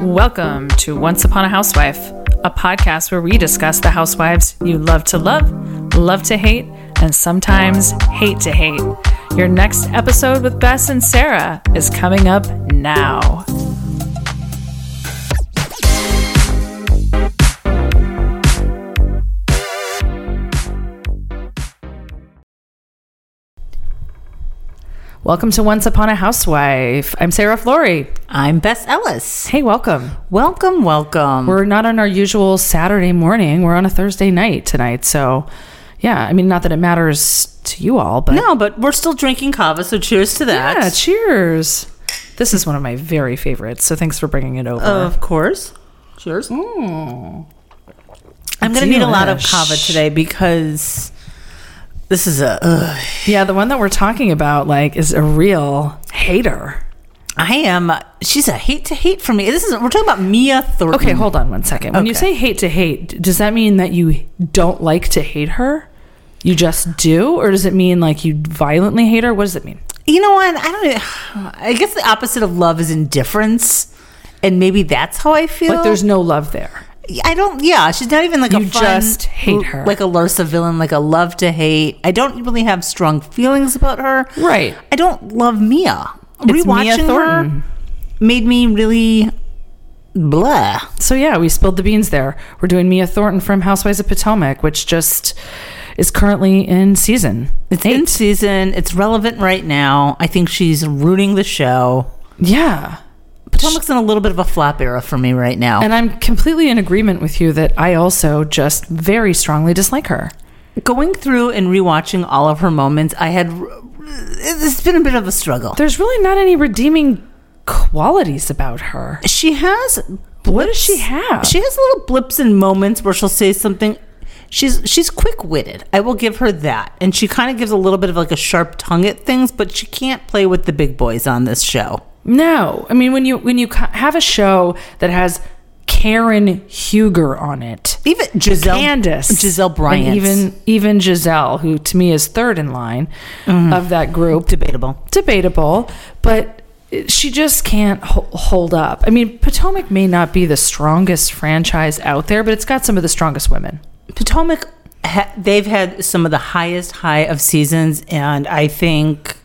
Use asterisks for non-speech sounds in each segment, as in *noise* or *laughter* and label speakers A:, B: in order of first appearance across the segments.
A: Welcome to Once Upon a Housewife, a podcast where we discuss the housewives you love to love, love to hate, and sometimes hate to hate. Your next episode with Bess and Sarah is coming up now. Welcome to Once Upon a Housewife. I'm Sarah Flory.
B: I'm Bess Ellis.
A: Hey, welcome.
B: Welcome, welcome.
A: We're not on our usual Saturday morning. We're on a Thursday night tonight. So, yeah, I mean, not that it matters to you all, but
B: no, but we're still drinking cava, so cheers to that.
A: yeah, cheers. This is one of my very favorites. So, thanks for bringing it over. Mm.
B: of course. Oh, Cheers. I'm going to need a lot of
A: Delish.
B: cava today because this is a. Ugh.
A: yeah, the one that we're talking about, like, is a real hater.
B: I am. She's a hate to hate for me. This is. We're talking about Mia Thornton.
A: Okay, hold on one second. When you
B: Mm. Okay.
A: say hate to hate, d- does that mean that you don't like to hate her? You just do? Or does it mean like you violently hate her? What does it mean?
B: You know what? I don't. I guess the opposite of love is indifference, and maybe that's how I feel.
A: Like, there's no love there.
B: I don't. Yeah, she's not even like a
A: You
B: fun,
A: just hate her.
B: like a Larsa villain, like a love to hate. I don't really have strong feelings about her.
A: Right.
B: I don't love Mia.
A: It's Mia
B: Rewatching
A: Thornton.
B: her made me really blah.
A: So yeah, we spilled the beans there. We're doing Mia Thornton from Housewives of Potomac, which just is currently in season.
B: It's in season. It's relevant right now. I think she's ruining the show.
A: Yeah.
B: Potomac's in a little bit of a flop era for me right now.
A: And I'm completely in agreement with you that I also just very strongly dislike her.
B: Going through and rewatching all of her moments, I had it's been a bit of a struggle.
A: There's really not any redeeming qualities about her.
B: She has
A: What does she have?
B: She has little blips and moments where she'll say something. She's she's quick witted. I will give her that, and she kind of gives a little bit of like a sharp tongue at things. But she can't play with the big boys on this show.
A: No, I mean when you when you ca- have a show that has Karen Huger on it,
B: Even Giselle,
A: Candace,
B: Giselle Bryant,
A: and even even Giselle, who to me is third in line
B: Mm-hmm.
A: of that group,
B: debatable.
A: debatable, but she just can't ho- hold up. I mean, Potomac may not be the strongest franchise out there, but it's got some of the strongest women.
B: Potomac, ha- they've had some of the highest high of seasons, and I think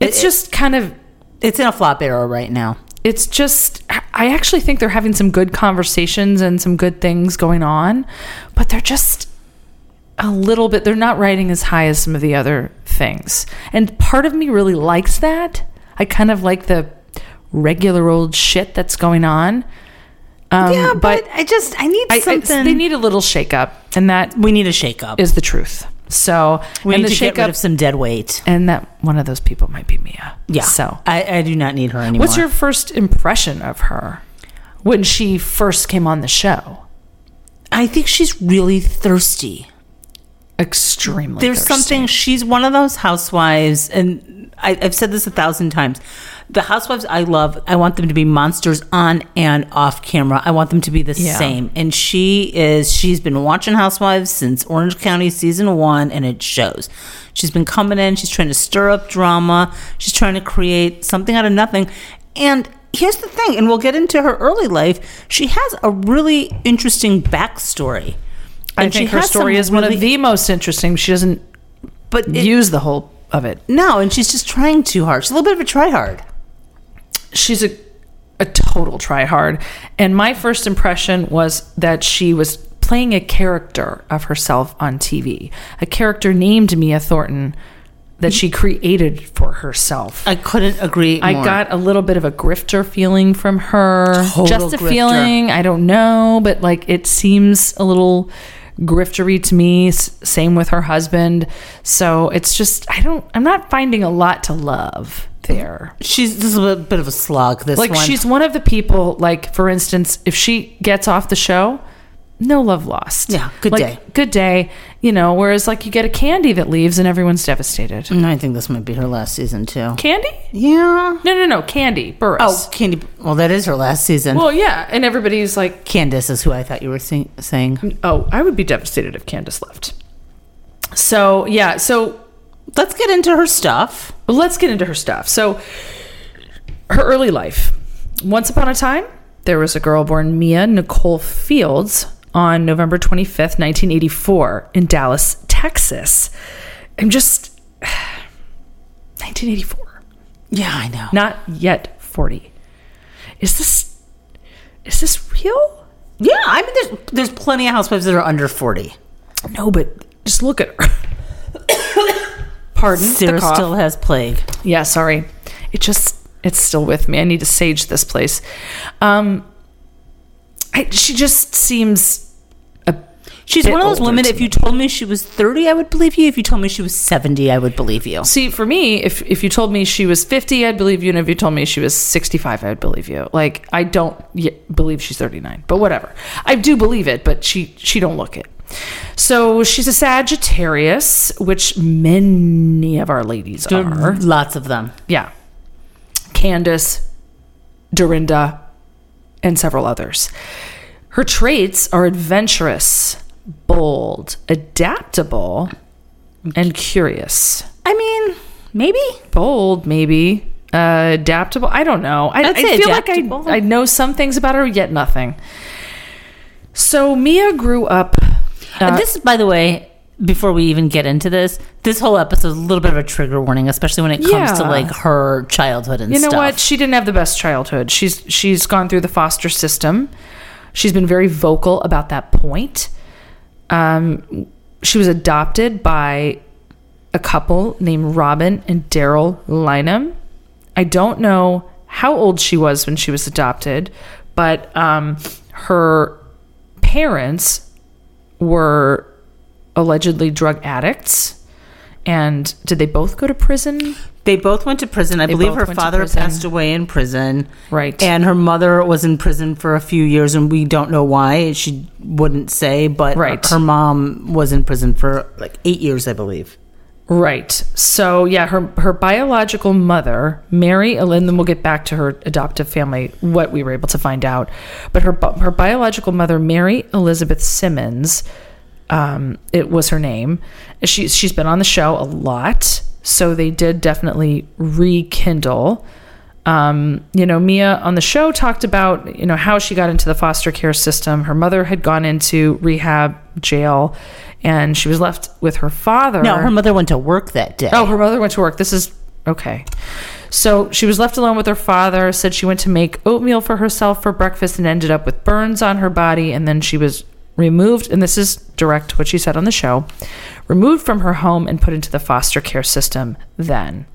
A: It's just kind of
B: it's in a flop era right now.
A: it's just I actually think they're having some good conversations and some good things going on, but they're just a little bit they're not riding as high as some of the other things. And part of me really likes that. I kind of like the regular old shit that's going on. Um,
B: yeah, but, I just I need
A: I, it's-
B: something.
A: they need a little shakeup, and that
B: we need a shakeup.
A: is the truth. So,
B: We
A: and
B: need
A: the
B: to get rid
A: shakeup,
B: of some dead weight.
A: and that one of those people might be Mia.
B: Yeah.
A: So,
B: I, I do not need her anymore.
A: what's your first impression of her when she first came on the show?
B: I think she's really thirsty.
A: Extremely.
B: There's
A: thirsty.
B: something, she's one of those housewives, and I, I've said this a thousand times. The housewives I love, I want them to be monsters on and off camera. I want them to be the
A: Yeah.
B: same. And she is, she's been watching Housewives since Orange County season one, and it shows. She's been coming in, she's trying to stir up drama, she's trying to create something out of nothing. And here's the thing, and we'll get into her early life, she has a really interesting backstory.
A: I
B: And she
A: think her
B: has some
A: story is one
B: really-
A: of the most interesting. She doesn't
B: but it-
A: use the whole of it.
B: No, and she's just trying too hard. She's a little bit of a try hard.
A: she's a a total try hard and my first impression was that she was playing a character of herself on TV a character named Mia Thornton that she created for herself
B: I couldn't agree.
A: I
B: more.
A: got a little bit of a grifter feeling from her
B: Total
A: just a
B: grifter.
A: feeling I don't know but like it seems a little griftery to me S- same with her husband so it's just I don't I'm not finding a lot to love there
B: she's this is a bit of a slog. This
A: like
B: one.
A: she's one of the people. Like for instance, if she gets off the show, no love lost.
B: Yeah, good
A: Like,
B: day.
A: Good day. You know, whereas like you get a candy that leaves and everyone's devastated.
B: No, I think this might be her last season too.
A: Candy?
B: Yeah.
A: No, no, no. Candy Burris.
B: Oh, Candy. Well, that is her last season.
A: well, yeah. And everybody's like,
B: Candace is who I thought you were sing- saying.
A: oh, I would be devastated if Candace left. So yeah. So
B: Let's get into her stuff.
A: Let's get into her stuff. So, her early life. Once upon a time, There was a girl born Mia Nicole Fields on November 25th, 1984, in Dallas, Texas. I'm just. *sighs* 1984.
B: Yeah, I know.
A: Not yet 40. Is this. Is this real?
B: Yeah, I mean, there's there's plenty of housewives that are under forty.
A: No, but just look at her. *coughs* Pardon. the
B: Sarah
A: cough.
B: still has plague.
A: Yeah, sorry. It just it's still with me. I need to sage this place. Um I, she just seems a
B: She's
A: Bit
B: one of those
A: older
B: women.
A: to
B: If you told me she was thirty, I would believe you. If you told me she was seventy, I would believe you.
A: See, for me, if if you told me she was 50, I'd believe you and if you told me she was 65, I'd believe you. Like I don't yet believe she's 39, but whatever. I do believe it, but she she don't look it. So she's a Sagittarius, which many of our ladies are.
B: Lots of them.
A: Yeah. Candace, Dorinda, and several others. Her traits are adventurous, bold, adaptable, and curious.
B: I mean, maybe.
A: Bold, maybe. Uh, adaptable. I don't know. I, I
B: I'd say
A: feel
B: adaptable.
A: like I, I know some things about her, yet nothing. So Mia grew up. uh,
B: this, by the way, before we even get into this, this whole episode is a little bit of a trigger warning, especially when it comes to
A: Yeah.
B: like her childhood and
A: You know
B: stuff.
A: what? She didn't have the best childhood. She's she's gone through the foster system. She's been very vocal about that point. Um, she was adopted by a couple named Robin and Daryl Lynham. I don't know how old she was when she was adopted, but um, her parents were allegedly drug addicts. And did they both go to prison?
B: They both went to prison. I
A: They
B: believe
A: both
B: her
A: went to
B: father
A: prison.
B: passed away in prison.
A: Right.
B: And her mother was in prison for a few years, and we don't know why. She wouldn't say, but
A: Right.
B: her mom was in prison for like eight years, I believe.
A: Right. So yeah, her her biological mother, Mary Ellen, then we'll get back to her adoptive family, what we were able to find out. But her bi- her biological mother, Mary Elizabeth Simmons, um, it was her name. She's she's been on the show a lot, so they did definitely rekindle. Um, you know, Mia on the show talked about you know how she got into the foster care system. Her mother had gone into rehab jail, and she was left with her father.
B: No, her mother went to work that day.
A: Oh, her mother went to work. This is okay. So she was left alone with her father, said she went to make oatmeal for herself for breakfast and ended up with burns on her body. And then she was removed, and this is direct what she said on the show removed from her home and put into the foster care system then.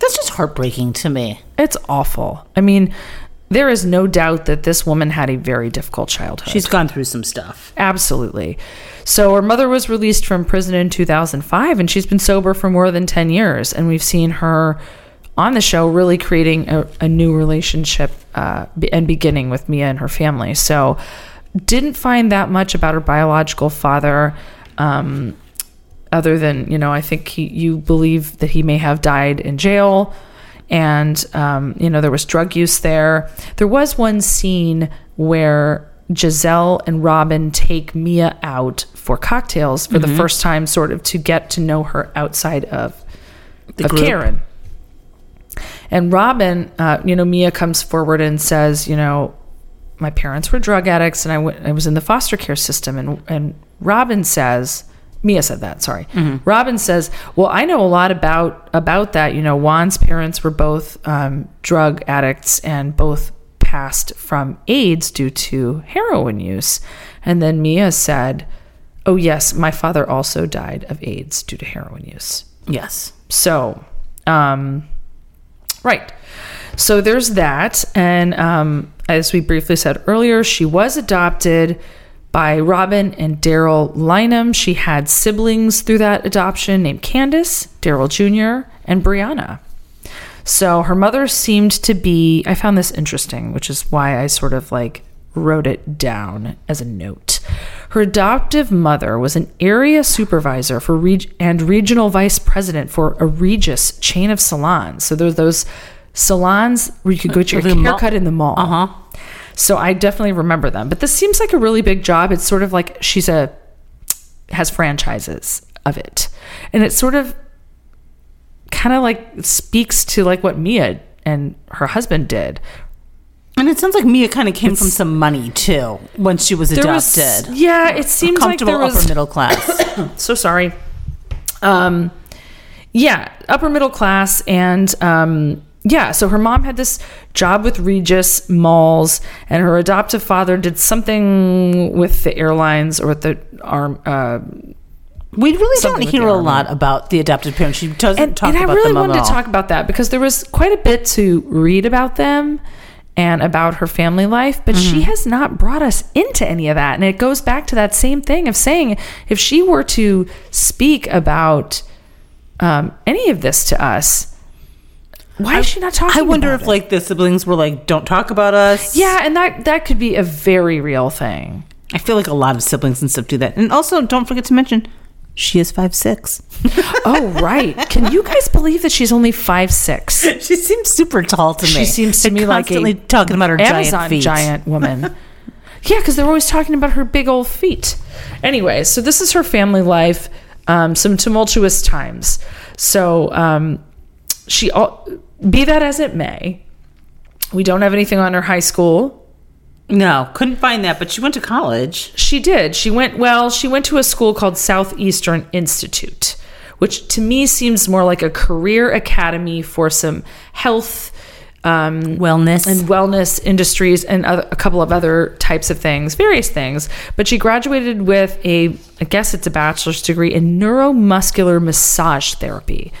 B: That's just heartbreaking to me.
A: It's awful. I mean, there is no doubt that this woman had a very difficult childhood.
B: She's gone through some stuff.
A: Absolutely. So her mother was released from prison in 2005 and she's been sober for more than 10 years. And we've seen her on the show really creating a, a new relationship uh, be- and beginning with Mia and her family. So didn't find that much about her biological father. Um, other than you know, I think he, you believe that he may have died in jail, and um, you know there was drug use there. There was one scene where Giselle and Robin take Mia out for cocktails for
B: Mm-hmm.
A: the first time, sort of to get to know her outside of
B: The
A: of
B: group.
A: Karen. And Robin, uh, you know, Mia comes forward and says, you know, my parents were drug addicts and I went- I was in the foster care system. And, and Robin says, Mia said that, sorry. Robin says, well, I know a lot about, about that. You know, Juan's parents were both um, drug addicts and both passed from AIDS due to heroin use. And then Mia said, oh, yes, my father also died of AIDS due to heroin use.
B: Yes.
A: So, um, right. So there's that. And um, as we briefly said earlier, she was adopted by Robin and Daryl Lynham. She had siblings through that adoption named Candace, Daryl Jr., and Brianna. So her mother seemed to be, I found this interesting, which is why I sort of like wrote it down as a note. Her adoptive mother was an area supervisor for reg- and regional vice president for a Regis chain of salons. So there are those salons where you could go get your
B: The
A: haircut
B: mall-
A: in the mall.
B: Uh huh.
A: So I definitely remember them. But this seems like a really big job. It's sort of like she's a has franchises of it. And it sort of kind of like speaks to like what Mia and her husband did.
B: And it sounds like Mia kind of came from some money too when she was
A: There was-
B: adopted.
A: yeah, it seems like
B: Comfortable
A: there was
B: upper middle class.
A: *coughs* so sorry. Um, yeah, upper middle class, and um, yeah. So her mom had this job with Regis Malls, and her adoptive father did something with the airlines or with the arm. Uh,
B: we really
A: Something
B: don't
A: with the
B: hear a
A: army.
B: lot about the adopted parents. She doesn't
A: and,
B: talk
A: and I
B: about
A: really
B: them
A: wanted to
B: at all.
A: talk about that because there was quite a bit to read about them and about her family life, but
B: Mm-hmm.
A: she has not brought us into any of that. And it goes back to that same thing of saying if she were to speak about um, any of this to us, why is she not talking?
B: I wonder
A: about
B: if
A: it?
B: like the siblings were like, "Don't talk about us."
A: yeah, and that that could be a very real
B: *laughs*
A: thing.
B: I feel like a lot of siblings and stuff do that. And also, don't forget to mention she is five six. *laughs*
A: Oh right, can you guys believe that she's only five six?
B: She seems super tall to me.
A: She seems to
B: They're
A: me like a
B: constantly talking about her
A: Amazon
B: giant feet.
A: giant
B: *laughs*
A: woman. yeah, because they're always talking about her big old feet. Anyway, so this is her family life. Um, some tumultuous times. So um, she, all, be that as it may, we don't have anything on her high school
B: No, couldn't find that, but she went to college.
A: she did. She went, well, she went to a school called Southeastern Institute, which to me seems more like a career academy for some health um,
B: Wellness.
A: and wellness industries and other, a couple of other types of things, various things. But she graduated with a, I guess it's a bachelor's degree in neuromuscular massage therapy.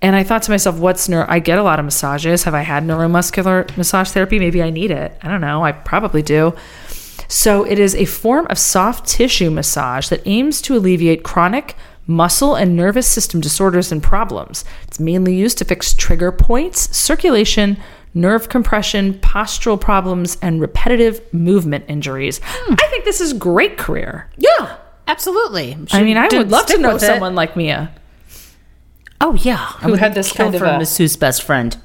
A: And I thought to myself, what's neuro? I get a lot of massages. Have I had neuromuscular massage therapy? Maybe I need it. I don't know. I probably do. So it is a form of soft tissue massage that aims to alleviate chronic muscle and nervous system disorders and problems. It's mainly used to fix trigger points, circulation, nerve compression, postural problems, and repetitive movement injuries.
B: Hmm.
A: I think this is great career.
B: yeah, absolutely.
A: I mean, I
B: Should
A: would love to
B: stick
A: know
B: with it.
A: someone like Mia.
B: Oh yeah, who
A: had this kind of
B: for
A: a-
B: masseuse best friend.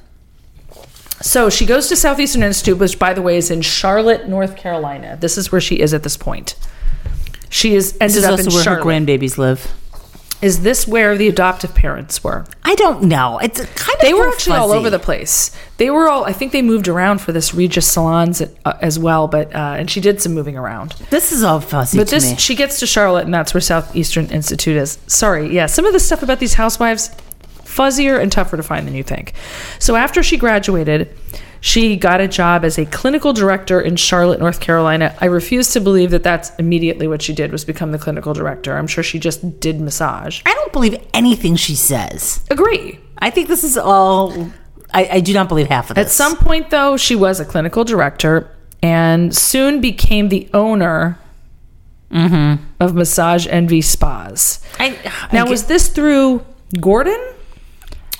A: So she goes to Southeastern Institute, which, by the way, is in Charlotte, North Carolina. This is where she is at this point. She is ended
B: This is
A: up
B: also
A: in
B: where
A: Charlotte.
B: her grandbabies live.
A: is this where the adoptive parents were?
B: I don't know. It's kind of
A: They were
B: feel
A: actually all
B: fuzzy.
A: over the place. They were all. I think they moved around for this Regis Salons uh, as well, but uh, and she did some moving around.
B: This is all fuzzy
A: But
B: to
A: this,
B: me.
A: she gets to Charlotte, and that's where Southeastern Institute is. Sorry, yeah, some of the stuff about these housewives, fuzzier and tougher to find than you think. So after she graduated, she got a job as a clinical director in Charlotte, North Carolina. I refuse to believe that that's immediately what she did was become the clinical director. I'm sure she just did massage.
B: I don't believe anything she says.
A: Agree.
B: I think this is all. I, I do not believe half of this.
A: At some point, though, she was a clinical director and soon became the owner of Massage Envy Spas.
B: I,
A: Now, was this through Gordon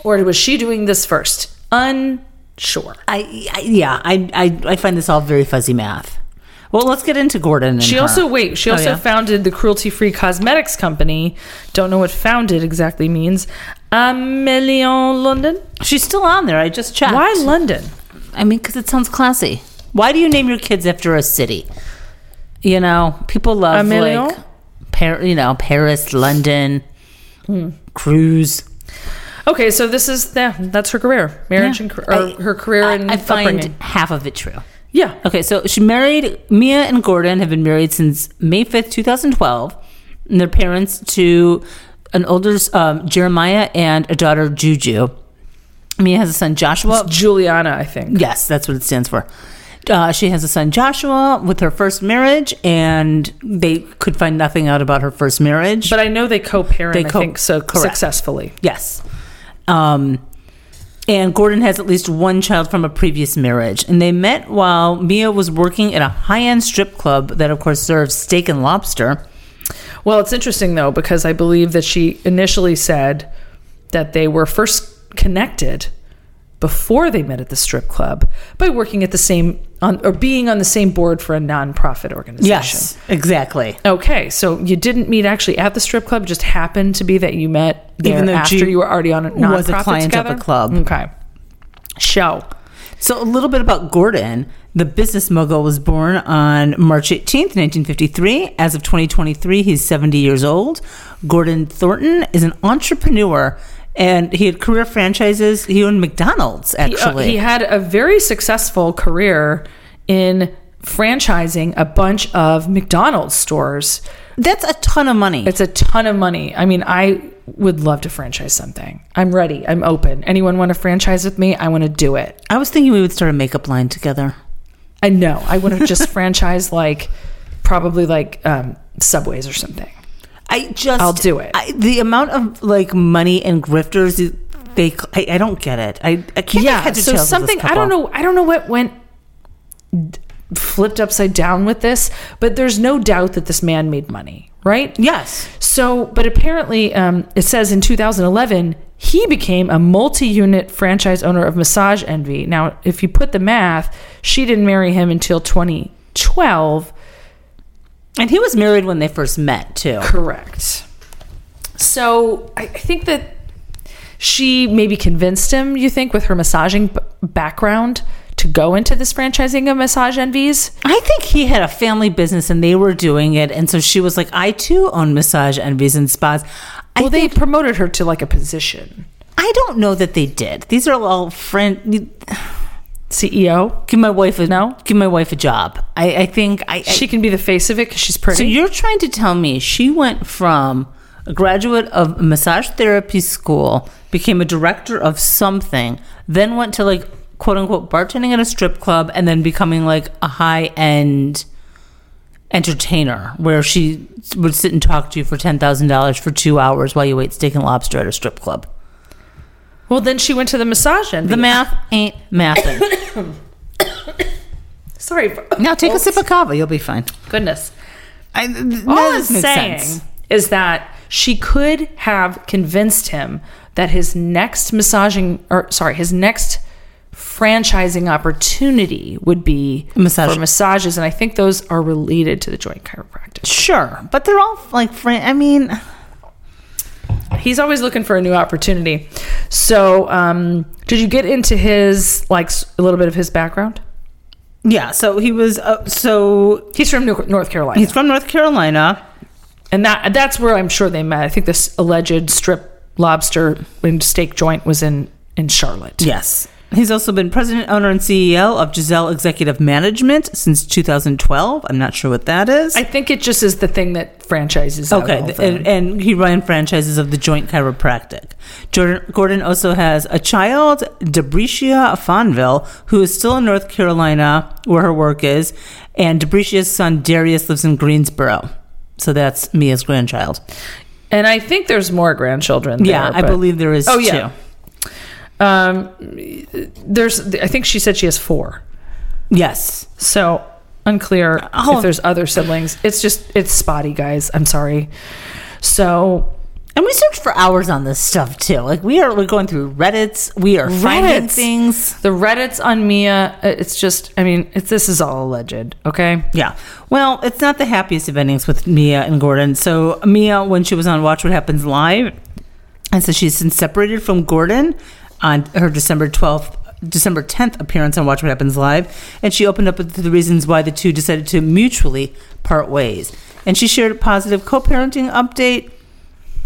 A: or was she doing this first? Unsure.
B: I, I yeah, I, I I find this all very fuzzy math. Well, let's get into Gordon. And
A: She
B: her.
A: also wait. She
B: Oh,
A: also
B: yeah?
A: founded the cruelty-free cosmetics company. Don't know what "founded" exactly means. Amélion London.
B: she's still on there. I just checked.
A: Why London?
B: I mean, because it sounds classy. Why do you name your kids after a city? You know, people love
A: Emilio?
B: like Par- you know Paris, London,
A: Hmm.
B: cruise.
A: Okay, so this is yeah, that's her career, marriage, and car- or
B: I-
A: her career
B: I,
A: and
B: I find
A: upbringing.
B: half of it true.
A: Yeah,
B: Okay, so she married Mia and Gordon have been married since May 5th, 2012, and they're parents to an older um, Jeremiah and a daughter Juju. Mia has a son Joshua.
A: Juliana, I think.
B: Yes, that's what it stands for. Uh, she has a son Joshua with her first marriage, and they could find nothing out about her first marriage.
A: But I know they co-parent.
B: They co-
A: I think so
B: correct.
A: successfully.
B: Yes. Um, and Gordon has at least one child from a previous marriage. And they met while Mia was working at a high end strip club that, of course, serves steak and lobster.
A: Well, it's interesting though because I believe that she initially said that they were first connected before they met at the strip club by working at the same on or being on the same board for a nonprofit organization.
B: exactly.
A: Okay, so you didn't meet actually at the strip club; just happened to be that you met there
B: Even though
A: after
B: Jude
A: you were already on a nonprofit
B: was a client of
A: together?
B: the club.
A: Okay, show.
B: So, a little bit about Gordon. The business mogul was born on March 18th, 1953. As of 2023, he's 70 years old. Gordon Thornton is an entrepreneur and he had career franchises. He owned McDonald's,
A: He, uh,
B: actually.
A: he had a very successful career in franchising a bunch of McDonald's stores.
B: That's a ton of money.
A: It's a ton of money. I mean, I would love to franchise something. I'm ready. I'm open. Anyone want to franchise with me? I want to do it.
B: I was thinking we would start a makeup line together.
A: I know. I want to
B: *laughs*
A: just franchise like probably like um, Subways or something.
B: I just
A: I'll do it.
B: I, the amount of like money and grifters you- they I, I don't get it. I, I can't. make
A: yeah
B: heads or
A: so
B: tails of this
A: something i
B: couple.
A: don't know i don't know what went d- flipped upside down with this but there's no doubt that this man made money right
B: Yes.
A: so but apparently um, it says in 2011 he became a multi-unit franchise owner of massage envy now if you put the math she didn't marry him until 2012
B: And he was married when they first met too.
A: Correct. So I, I think that she maybe convinced him, you think, with her massaging b- background to go into this franchising of Massage Envies.
B: I think he had a family business and they were doing it, and so she was like, "I too own massage envies and spas." I
A: Well,
B: think,
A: they promoted her to like a position.
B: I don't know that they did. These are all friend.
A: CEO.
B: Give my wife a
A: No?
B: Give my wife a job. I, I think I, I-
A: She can be the face of it because she's
B: So
A: pretty.
B: you're trying to tell me she went from a graduate of massage therapy school, became a director of something, then went to like quote unquote bartending at a strip club, and then becoming like a high end entertainer where she would sit and talk to you for $10,000 for two hours while you ate steak and lobster at a strip club.
A: well, then she went to the Massage Envy.
B: The math ain't mathing.
A: Sorry. For-
B: *coughs* now take a sip of kava, you'll be fine.
A: Goodness.
B: I, th-
A: All
B: none of
A: I'm
B: this Oh, makes
A: saying
B: sense.
A: is that she could have convinced him that his next massaging, or sorry, his next franchising opportunity would be
B: Massage.
A: for massages, and I think those are related to the joint chiropractic.
B: Sure, but they're all like, fran- I mean,
A: He's always looking for a new opportunity. So, um, did you get into his like s- a little bit of his background?
B: Yeah, so he was. Uh, so
A: He's from New- North Carolina,
B: he's from North Carolina.
A: and that that's where I'm sure they met. I think this alleged strip lobster and steak joint was in in Charlotte.
B: Yes. He's also been president, owner, and CEO of Giselle Executive Management since 2012. I'm not sure what that is.
A: I think it just is the thing that franchises. out
B: okay,
A: all
B: th-
A: the-
B: and, and he ran franchises of the Joint Chiropractic. Jordan, Gordon also has a child, Debricia Fonville, who is still in North Carolina where her work is, and Debricia's son Darius lives in Greensboro. So that's Mia's grandchild.
A: and I think there's more grandchildren.
B: yeah,
A: there,
B: I
A: but-
B: believe there is
A: Oh, yeah.
B: two.
A: Um, there's. I think she said she has four.
B: Yes.
A: So unclear
B: Oh.
A: if there's other siblings. It's just it's spotty, guys. I'm sorry. So
B: And we searched for hours on this stuff too. Like we are we're going through Reddits. We are finding
A: Reddits.
B: things.
A: the Reddit's on Mia. uh, It's just. I mean, it's, this is all alleged. Okay.
B: Yeah. Well, it's not the happiest of endings with Mia and Gordon. So Mia, when she was on Watch What Happens Live, and so she's since separated from Gordon on her December twelfth December 10th appearance on Watch What Happens Live, and she opened up to the reasons why the two decided to mutually part ways. And she shared a positive co parenting update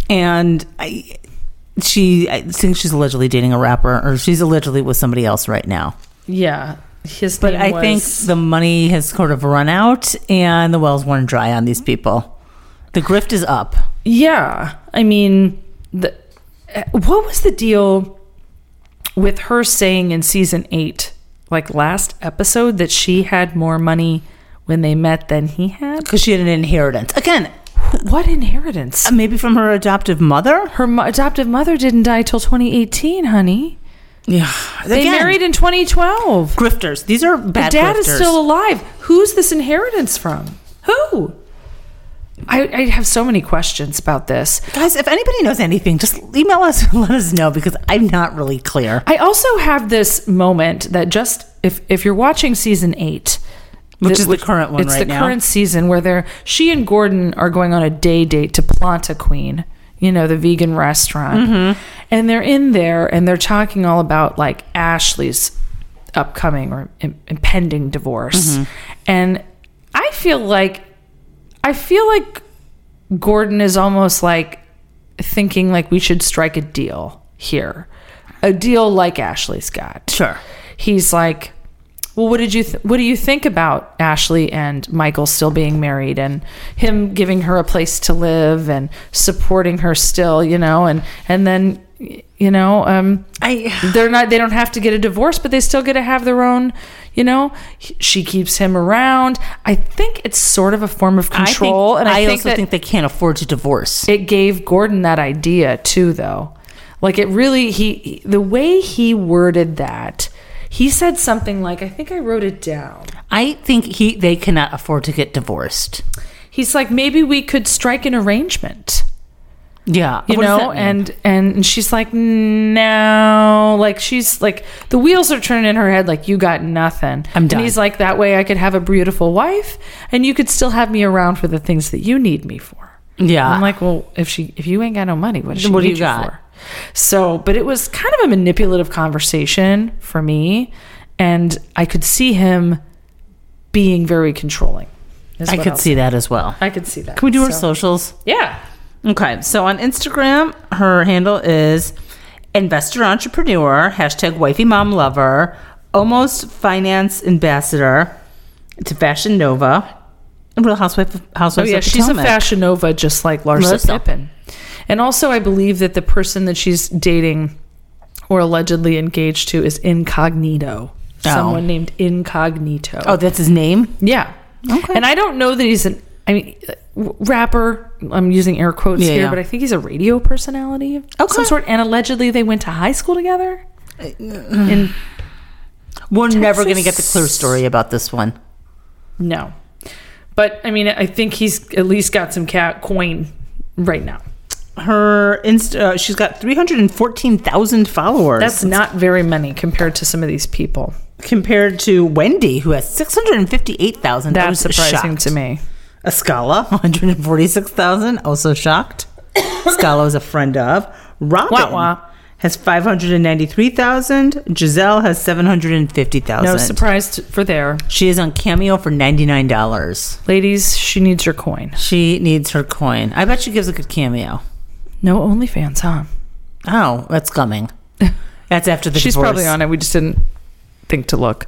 B: and I, she I think she's allegedly dating a rapper, or she's allegedly with somebody else right now.
A: Yeah. His
B: But
A: name
B: I
A: was-
B: think the money has sort of run out, and the well's run dry on these people. The grift is up.
A: Yeah, I mean, the, uh, what was the deal with her saying in season eight, like last episode, that she had more money when they met than he had?
B: Because she had an inheritance again,
A: What inheritance?
B: uh, maybe from her adoptive mother.
A: Um, Her mo- adoptive mother didn't die till 2018, honey.
B: Yeah,
A: They married in 2012.
B: grifters. These are
A: Her
B: bad.
A: dad is
B: grifters.
A: still alive. Who's this inheritance from? Who? I, I have so many questions about this.
B: guys. If anybody knows anything, just email us and *laughs* let us know because I'm not really clear.
A: I also have this moment that just if if you're watching season eight,
B: Which
A: th-
B: is the current one
A: it's
B: right
A: the
B: now.
A: current season where they're she and Gordon are going on a day date to Planta Queen, you know, the vegan restaurant,
B: Mm-hmm.
A: and they're in there and they're talking all about like Ashley's upcoming or im- impending divorce,
B: Mm-hmm.
A: and I feel like I feel like Gordon is almost like thinking like we should strike a deal here. A deal like Ashley's got.
B: Sure.
A: He's like Well, what did you th- what do you think about Ashley and Michael still being married and him giving her a place to live and supporting her still, you know, and and then you know, um
B: I
A: *sighs* they're not they don't have to get a divorce, but they still get to have their own, you know, he- she keeps him around. I think it's sort of a form of control
B: I think,
A: and I, think
B: also
A: that
B: think they can't afford to divorce.
A: it gave Gordon that idea too, though. Like it really, he the way he worded that, he said something like, "I think I wrote it down."
B: I think he they cannot afford to get divorced.
A: He's like, "Maybe we could strike an arrangement."
B: Yeah,
A: you
B: What
A: know
B: does that mean?
A: and and she's like no like she's like the wheels are turning in her head like you got nothing
B: I'm done.
A: and he's like that way i could have a beautiful wife and you could still have me around for the things that you need me for
B: Yeah.
A: i'm like well if she if you ain't got no money what does she
B: Then what do
A: need
B: you got?
A: for so but it was kind of a manipulative conversation for me and i could see him being very controlling is
B: I
A: what
B: could
A: I'll-
B: see that as well.
A: i could see that
B: Can we do our
A: So-
B: socials?
A: yeah
B: Okay, so on Instagram, her handle is investor entrepreneur, hashtag wifey mom lover, almost finance ambassador to Fashion Nova, and Real Housewife
A: Oh
B: Housewives.
A: yeah,
B: of
A: she's a
B: Potomac.
A: fashion nova, just like Larsa
B: Larsa.
A: Pippen. And also, I believe that the person that she's dating or allegedly engaged to is incognito.
B: Oh.
A: Someone named Incognito.
B: Oh, that's his name.
A: yeah.
B: Okay.
A: And I don't know that he's an I mean uh, w- rapper. I'm using air quotes
B: Yeah,
A: here,
B: yeah.
A: but I think he's a radio personality of
B: Okay.
A: some sort. And allegedly, they went to high school together. In
B: We're never going to get the
A: Texas.
B: clear story about this one.
A: No. But I mean, I think he's at least got some cat coin right now.
B: Her inst- uh, she's got three hundred and fourteen thousand followers.
A: That's not very many compared to some of these people.
B: compared to Wendy, who has six hundred and fifty-eight thousand.
A: That's surprising to me.
B: *laughs* Escala, 146,000,
A: *coughs*
B: also shocked. Scala is a friend of.
A: Wah,
B: Robin
A: wah.
B: has 593,000. Giselle has 750,000.
A: No surprise t- for there.
B: She is on Cameo for $99.
A: Ladies, she needs your coin.
B: She needs her coin. I bet she gives a good Cameo.
A: No OnlyFans, huh?
B: Oh,
A: *laughs*
B: that's coming. That's after the
A: She's
B: divorce.
A: probably on it. We just didn't think to look.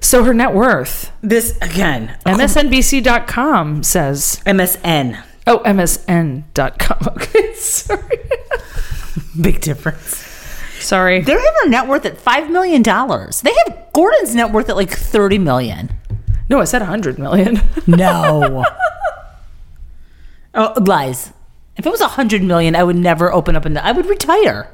A: So her net worth,
B: This, again,
A: MSNBC.com says,
B: MSN.
A: oh, MSN.com. *laughs* Okay, sorry.
B: Big difference.
A: sorry.
B: They have her net worth at $5 million. They have Gordon's net worth at like $30 million.
A: No, I said 100 million.
B: No. oh, lies. If it was a hundred million, I would never open up and I would retire.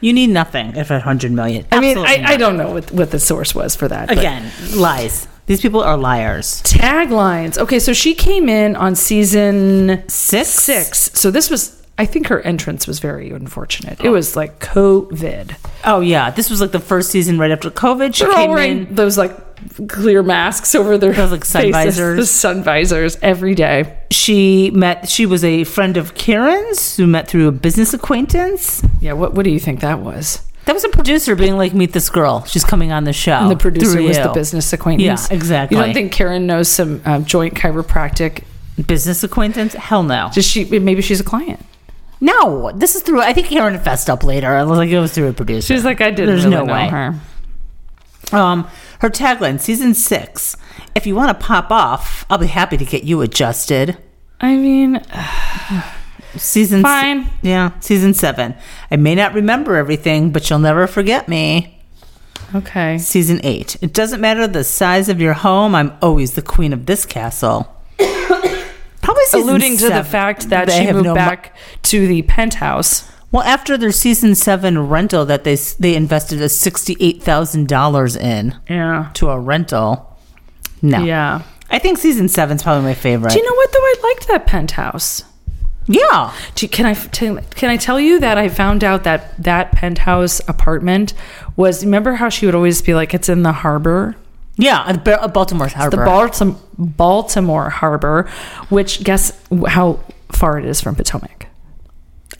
B: You need nothing if a hundred million.
A: *laughs* I mean,
B: Absolutely
A: I, I
B: not.
A: don't know what, what the source was for that. but-
B: Again, lies. These people are liars.
A: Taglines. Okay, so she came in on season
B: Six?
A: Six. So this was, I think her entrance was very unfortunate. It was like COVID.
B: Oh yeah, this was like the first season right after COVID. She
A: They're all
B: came
A: wearing
B: in.
A: those like clear masks over their
B: Those, like, sun
A: faces.
B: visors.
A: The sun visors every day.
B: She met. She was a friend of Karen's who met through a business acquaintance.
A: Yeah, what what do you think that was?
B: That was a producer being like, "Meet this girl. She's coming on the show."
A: And the producer
B: Through
A: was the
B: you.
A: business acquaintance.
B: Yeah, exactly.
A: You don't think Karen knows some uh, joint chiropractic?
B: business acquaintance. Hell no.
A: Does she? Maybe she's a client.
B: No, this is through. I think Karen fessed up later. I was like, it was through a producer.
A: She's like, I didn't
B: There's
A: really
B: no
A: know
B: way.
A: her.
B: um, her tagline, season six. If you want to pop off, I'll be happy to get you adjusted.
A: I mean,
B: Season s-
A: Fine.
B: yeah, season seven. I may not remember everything, but you'll never forget me.
A: okay.
B: Season eight. It doesn't matter the size of your home. I'm always the queen of this castle. *coughs* Probably season
A: alluding to the
B: seven,
A: fact that
B: they
A: she
B: have
A: moved
B: no mo-
A: back to the penthouse.
B: well, after their season seven rental that they s- they invested a sixty eight thousand dollars in.
A: Yeah.
B: to a rental. No.
A: Yeah.
B: I think season seven's probably my favorite.
A: Do you know what though? I liked that penthouse.
B: yeah.
A: Do you- can I f- tell- can I tell you that I found out that that penthouse apartment was remember how she would always be like it's in the harbor,
B: Yeah. A, Ba- a Baltimore's Harbor.
A: the Baltim- Baltimore harbor, which guess w- how far it is from Potomac.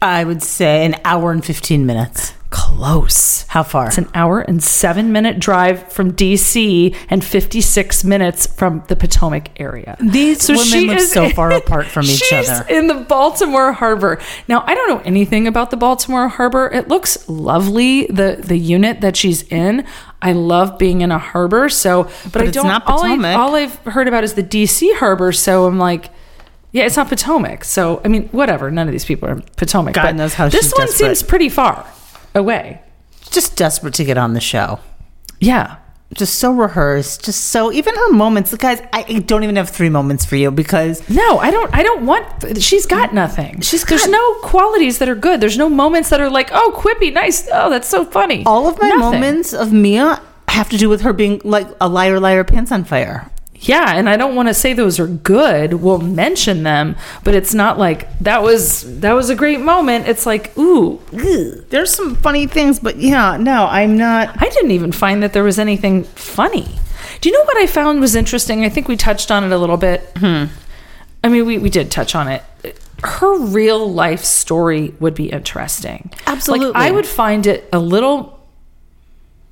B: I would say an hour and 15 minutes.
A: close.
B: How far?
A: It's an hour and seven minute drive from DC and 56 minutes from the Potomac area.
B: These women live *laughs* so far apart
A: *laughs*
B: from each
A: she's
B: other.
A: in the Baltimore Harbor. Now, I don't know anything about the Baltimore Harbor. It looks lovely, the, the unit that she's in. I love being in a harbor. So, but, I
B: it's
A: don't,
B: not
A: all I-
B: Potomac.
A: all I've heard about is the DC harbor. So I'm like, yeah, it's not Potomac. So, I mean, whatever. None of these people are Potomac.
B: God
A: but
B: knows how
A: This
B: she's
A: one
B: desperate.
A: seems pretty far away.
B: just desperate to get on the show.
A: Yeah.
B: Just so rehearsed, just so even her moments. Guys, I I don't even have three moments for you because
A: No, I don't. I don't want. She's got nothing.
B: She's got-
A: There's no qualities that are good. There's no moments that are like, oh, quippy, nice. Oh, that's so funny.
B: all of my
A: Nothing.
B: moments of Mia have to do with her being like a liar, liar, pants on fire.
A: Yeah, and I don't want to say those are good. We'll mention them, but it's not like that was that was a great moment. It's like, ooh,
B: Ugh. There's some funny things, but yeah, no, I'm not.
A: I didn't even find that there was anything funny. Do you know what I found was interesting? I think we touched on it a little bit. I mean, we, we did touch on it. Her real life story would be interesting.
B: Absolutely.
A: Like, I would find it a little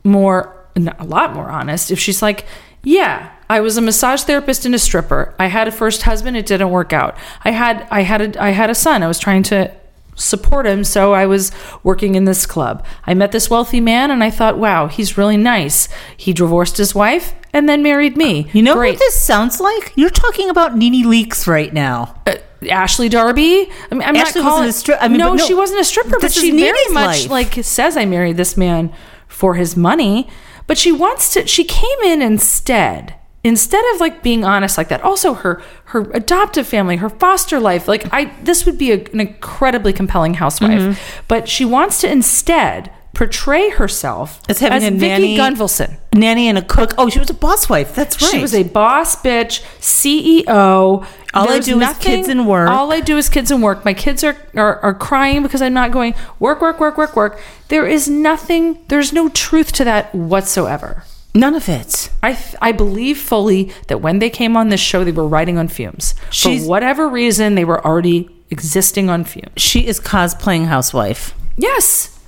A: more, no, a lot more honest if she's like, yeah. I was a massage therapist and a stripper. I had a first husband. It didn't work out. I had I had a I had a son. I was trying to support him, so I was working in this club. I met this wealthy man, and I thought, wow, he's really nice. He divorced his wife and then married me.
B: You know
A: Great.
B: what this sounds like? You're talking about Nene Leaks right now.
A: uh, Ashley Darby. I mean, I'm not
B: Ashley wasn't
A: calling
B: a stri- I mean,
A: no,
B: but no,
A: she wasn't a stripper, but
B: this is
A: she very
B: Nene's
A: much
B: life.
A: like says I married this man for his money, but she wants to. She came in instead. Instead of like being honest like that, also her her adoptive family, her foster life, like I this would be a, an incredibly compelling housewife,
B: Mm-hmm.
A: but she wants to instead portray herself
B: As having a
A: Vicky
B: nanny-
A: Gunvalson.
B: Nanny and a cook. Oh, she was a boss wife. That's right.
A: She was a boss bitch, E CEO. All
B: I do is kids and work.
A: All I do is kids and work. My kids are, are are crying because I'm not going work, work, work, work, work. There is nothing. There's no truth to that whatsoever.
B: none of it.
A: I, f- I believe fully that when they came on this show, they were riding on fumes.
B: She's-
A: For whatever reason, they were already existing on fumes.
B: She is cosplaying housewife.
A: Yes.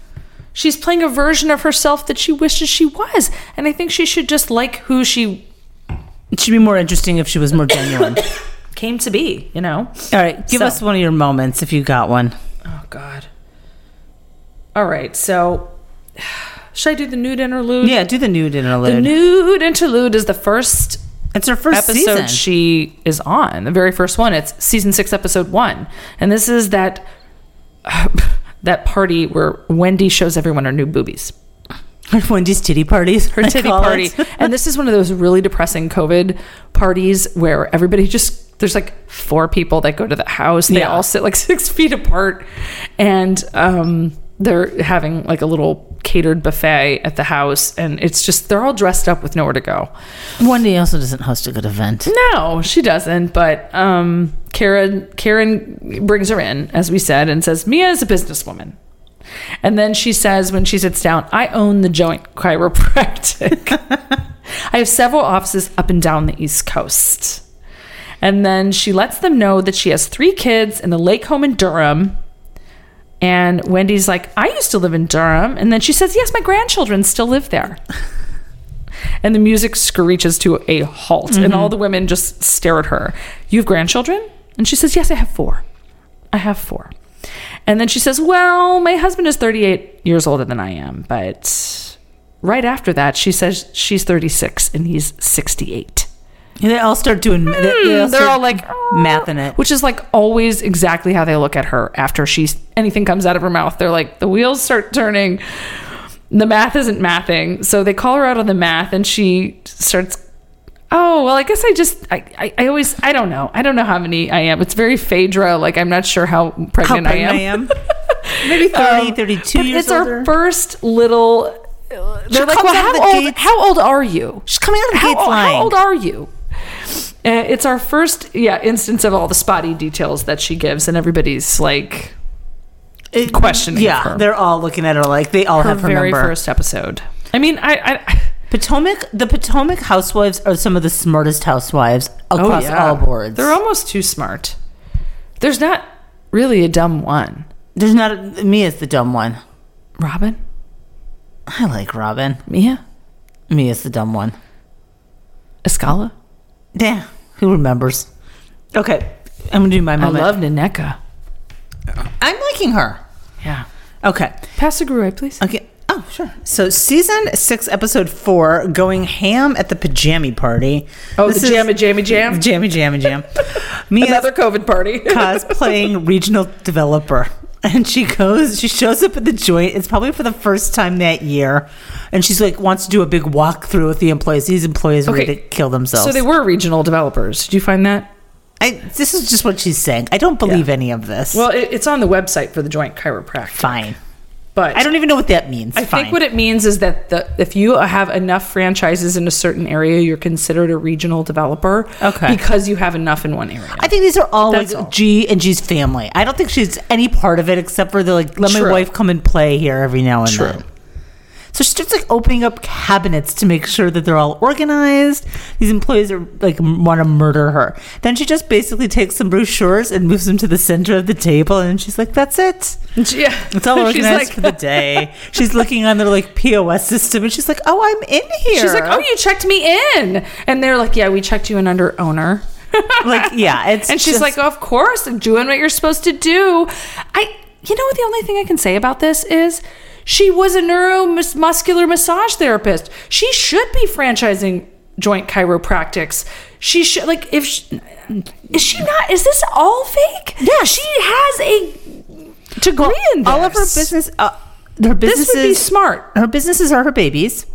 A: She's playing a version of herself that she wishes she was. And I think she should just like who she
B: It should be more interesting if she was
A: *laughs*
B: more genuine.
A: came to be, you know?
B: All right, give
A: So-
B: us one of your moments if you got one.
A: Oh God. All right, so *sighs* should I do the nude interlude?
B: Yeah, do the nude interlude.
A: The nude interlude is the first
B: it's her first
A: episode
B: season.
A: she is on. The very first one. It's season six, episode one, and this is that *sighs* that party where Wendy shows everyone her new boobies,
B: *laughs* her Wendy's titty parties.
A: her titty party,
B: *laughs*
A: and this is one of those really depressing COVID parties where everybody just. There's like four people that go to the house. They
B: Yeah.
A: all sit like *laughs* six feet apart, and um, they're having like a little catered buffet at the house. And it's just they're all dressed up with nowhere to go.
B: Wendy also doesn't host a good event.
A: No, she doesn't. But um, Karen Karen brings her in, as we said, and says Mia is a businesswoman. And then she says when she sits down, I own the joint chiropractic. *laughs* I have several offices up and down the East Coast. And then she lets them know that she has three kids in the lake home in Durham. And Wendy's like, I used to live in Durham. And then she says, Yes, my grandchildren still live there. and the music screeches to a halt. And all the women just stare at her. You have grandchildren? And she says, Yes, I have four. I have four. And then she says, Well, my husband is 38 years older than I am. But right after that, she says she's 36 and he's 68.
B: And they all start doing. They, they all
A: Mm, they're
B: start
A: all like
B: mathing it.
A: which is like always exactly how they look at her after she's anything comes out of her mouth. They're like the wheels start turning. The math isn't mathing, so they call her out on the math, and she starts. Oh well, I guess I just I, I, I always I don't know I don't know how many I am. It's very Phaedra like I'm not sure how pregnant,
B: how
A: I
B: pregnant
A: am. *laughs*
B: Maybe 30,
A: Um,
B: 32
A: but
B: years
A: it's our first little. They're like,
B: comes
A: well,
B: out of
A: how
B: the
A: old?
B: gates-
A: How old are you?
B: She's coming out of the
A: how,
B: gates
A: old-
B: lying.
A: how old are you? Uh, it's our first, yeah, instance of all the spotty details that she gives, and everybody's like
B: It-
A: questioning
B: Yeah,
A: her.
B: they're all looking at her like they all
A: her
B: have her
A: very
B: number.
A: first episode. I mean, I, I
B: Potomac, the Potomac housewives are some of the smartest housewives across
A: Oh, yeah.
B: Oh, all boards.
A: They're almost too smart. There's not really a dumb one,
B: There's not a, Mia's the dumb one.
A: Robin.
B: I like Robin.
A: Mia
B: Mia's the dumb one.
A: Escala.
B: Yeah, who remembers? Okay, I'm gonna do my
A: I
B: moment.
A: love Naneka.
B: I'm liking her.
A: Yeah.
B: Okay.
A: Pass the gruy, please.
B: Okay. Oh, sure. So, season six, episode four, going ham at the pajama party.
A: Oh,
B: This
A: the
B: is-
A: jammy jammy jam.
B: Jammy, jammy, *laughs* jam. Mia
A: Another COVID *laughs* party.
B: cosplaying regional developer. And she goes, she shows up at the joint. It's probably for the first time that year. And she's like, wants to do a big walkthrough with the employees. These employees are
A: Okay.
B: ready to kill themselves.
A: so they were regional developers. Did you find that?
B: I, this is just what she's saying. I don't believe any of this.
A: Well, it, it's on the website for the Joint Chiropractic.
B: fine.
A: But
B: I don't even know what that means.
A: I
B: fine.
A: think what it means is that the, if you have enough franchises in a certain area, you're considered a regional developer.
B: Okay.
A: Because you have enough in one
B: *laughs*
A: area.
B: I think these are all
A: That's
B: like
A: all.
B: G and G's family. I don't think she's any part of it except for the like, let my
A: True.
B: wife come and play here every now and
A: True.
B: then. So she starts like opening up cabinets to make sure that they're all organized. These employees are like want to murder her. Then she just basically takes some brochures and moves them to the center of the table, and she's like, "That's it.
A: Yeah.
B: It's all
A: *laughs* She's
B: organized
A: like-
B: for
A: *laughs*
B: the day." she's looking on their like POS system, and she's like, "Oh, I'm in here."
A: She's like, oh, you checked me in. And they're like, yeah, we checked you in under owner.
B: like yeah." It's
A: And she's
B: just-
A: like, of course, doing what you're supposed to do. I, you know what, the only thing I can say about this is she was a neuromuscular massage therapist. She should be franchising joint chiropractics. She should, like, if, she, is she not, is this all fake? Yeah. She has a degree "Oh, in this.
B: all of her business, uh, her businesses
A: This would be smart.
B: her businesses are her babies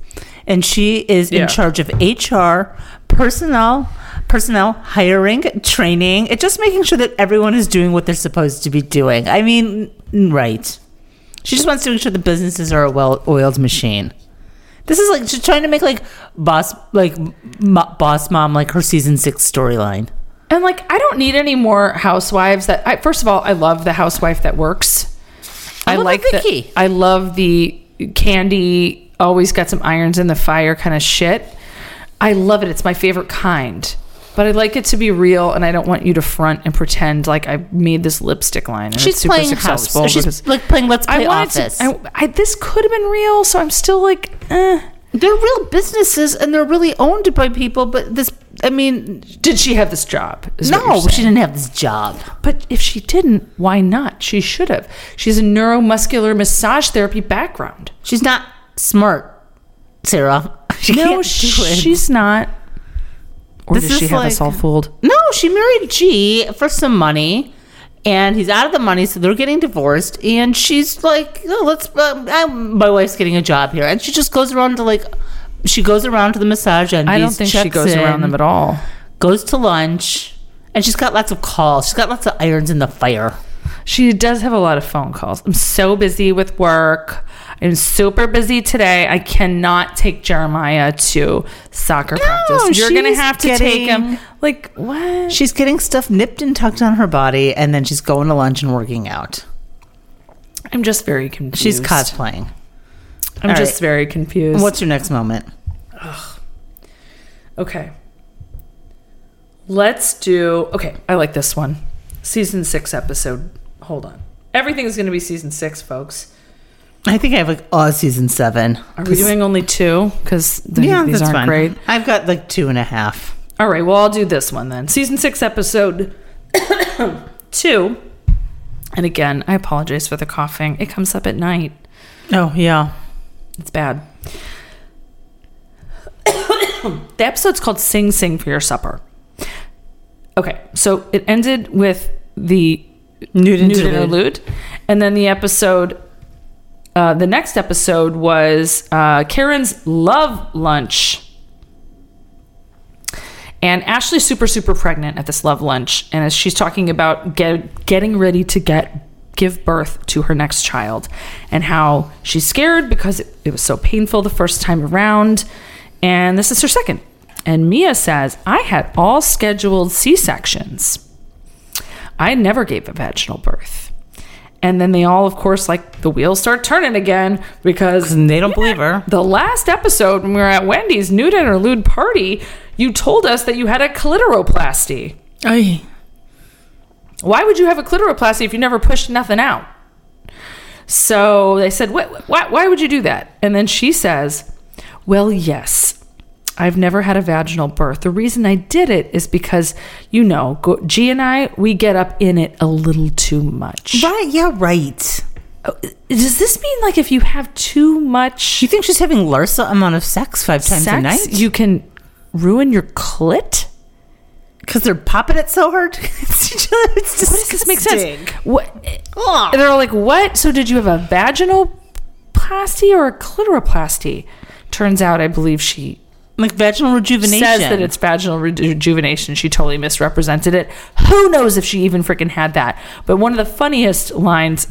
B: and she is
A: Yeah.
B: in charge of hr personnel personnel hiring training and just making sure that everyone is doing what they're supposed to be doing i mean right she just wants to make sure the businesses are a well-oiled machine this is like she's trying to make like boss like m- boss mom like her season six storyline
A: And like, I don't need any more housewives that. I, first of all, I love the housewife that works.
B: I
A: I,
B: love
A: like
B: the
A: the-
B: Vicky.
A: I love the candy. Always got some irons in the fire kind of shit. I love it. It's my favorite kind. But I like it to be real, and I don't want you to front and pretend like I made this lipstick line and
B: she's
A: it's super
B: playing
A: successful.
B: house
A: because-
B: she's like playing let's
A: I
B: play
A: wanted
B: office
A: to. I, I, this could have been real, so I'm still like, eh.
B: they're real businesses and they're really owned by people but this i mean
A: did she have this job? is what you're
B: no
A: saying.
B: she didn't have this job
A: But if she didn't, why not? She should have. She's a neuromuscular massage therapy background.
B: She's not smart, Sarah. *laughs* She
A: no,
B: can't do it.
A: she's not. Or
B: This
A: does she
B: is
A: have us
B: like-
A: all fooled?
B: no. She married G for some money, and he's out of the money, so they're getting divorced. And she's like, oh, "Let's." Um, i my wife's getting a job here, and she just goes around to like. She goes around to the massage and
A: I don't think she goes around them at all.
B: Goes to lunch, and she's got lots of calls. She's got lots of irons in the fire.
A: She does have a lot of phone calls. I'm so busy with work. I'm super busy today. I cannot take Jeremiah to soccer practice. You're gonna
B: she's
A: have to take
B: getting-
A: him. Like what?
B: She's getting stuff nipped and tucked on her body, and then she's going to lunch and working out.
A: I'm just very confused.
B: She's cosplaying.
A: I'm
B: all
A: just
B: right.
A: very confused.
B: What's your next moment?
A: Okay. Let's do. Okay, I like this one. Season six episode. Hold on. Everything's going to be season six, folks.
B: I think I have like all season seven.
A: Are we doing only two? Because these aren't great.
B: I've got like two and a half.
A: All right, well, I'll do this one then. Season six episode *coughs* two. And again, I apologize for the coughing. It comes up at night.
B: Oh yeah.
A: It's bad. the episode's called Sing Sing for Your Supper. Okay, so it ended with the
B: Nude
A: nude interlude. And then the episode, uh, the next episode was uh, Karen's love lunch. And Ashley's super, super pregnant at this love lunch. And as she's talking about get, getting ready to get give birth to her next child and how she's scared because it, it was so painful the first time around. And this is her second. And Mia says, I had all scheduled C sections. I never gave a vaginal birth. And then they all, of course, like the wheels start turning again because
B: And they don't believe her.
A: the last episode when we were at Wendy's nude interlude party, you told us that you had a clitoroplasty. Why would you have a clitoroplasty if you never pushed nothing out? So they said, what, why, why would you do that? And then she says, Well, yes, I've never had a vaginal birth. The reason I did it is because, you know, G- G and I, we get up in it a little too much. Oh,
B: Right? Yeah, right.
A: Does this mean like if you have too much
B: Do you think she's having Larsa amount of sex five times a
A: sex,
B: night?
A: you can ruin your clit?
B: Because they're popping it so hard. *laughs* it's just,
A: What does this make sense? What?
B: Ugh.
A: They're like, what? So did you have a vaginal plasty or a clitoroplasty? Turns out, I believe she
B: Like vaginal rejuvenation.
A: says that it's vaginal reju- rejuvenation. She totally misrepresented it. Who knows if she even freaking had that? But one of the funniest lines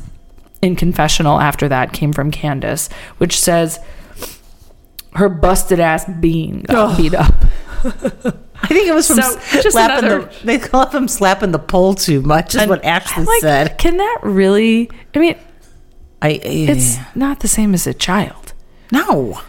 A: in confessional after that came from Candace, which says, her busted ass being got beat up.
B: I think it was from
A: So,
B: s-
A: just
B: slapping
A: another-
B: the. They call it from slapping the pole too much. Is
A: And
B: what Ashley
A: I'm like,
B: said.
A: Can that really? I mean,
B: I. I
A: it's not the same as a child.
B: no.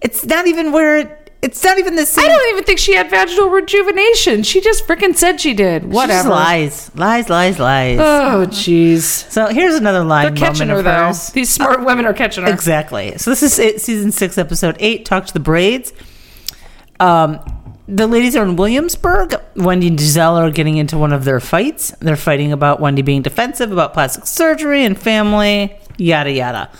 B: It's not even where it. It's not even the same.
A: I don't even think she had vaginal rejuvenation. She just freaking said she did.
B: She just
A: Whatever.
B: lies, lies, lies, lies.
A: Oh, jeez.
B: so here's another
A: They're
B: line
A: catching
B: moment
A: her
B: of
A: though.
B: hers.
A: These smart women are catching her.
B: Exactly. So this is it, season six, episode eight. Talk to the braids. Um, the ladies are in Williamsburg. Wendy and Giselle are getting into one of their fights. They're fighting about Wendy being defensive about plastic surgery and family, yada yada.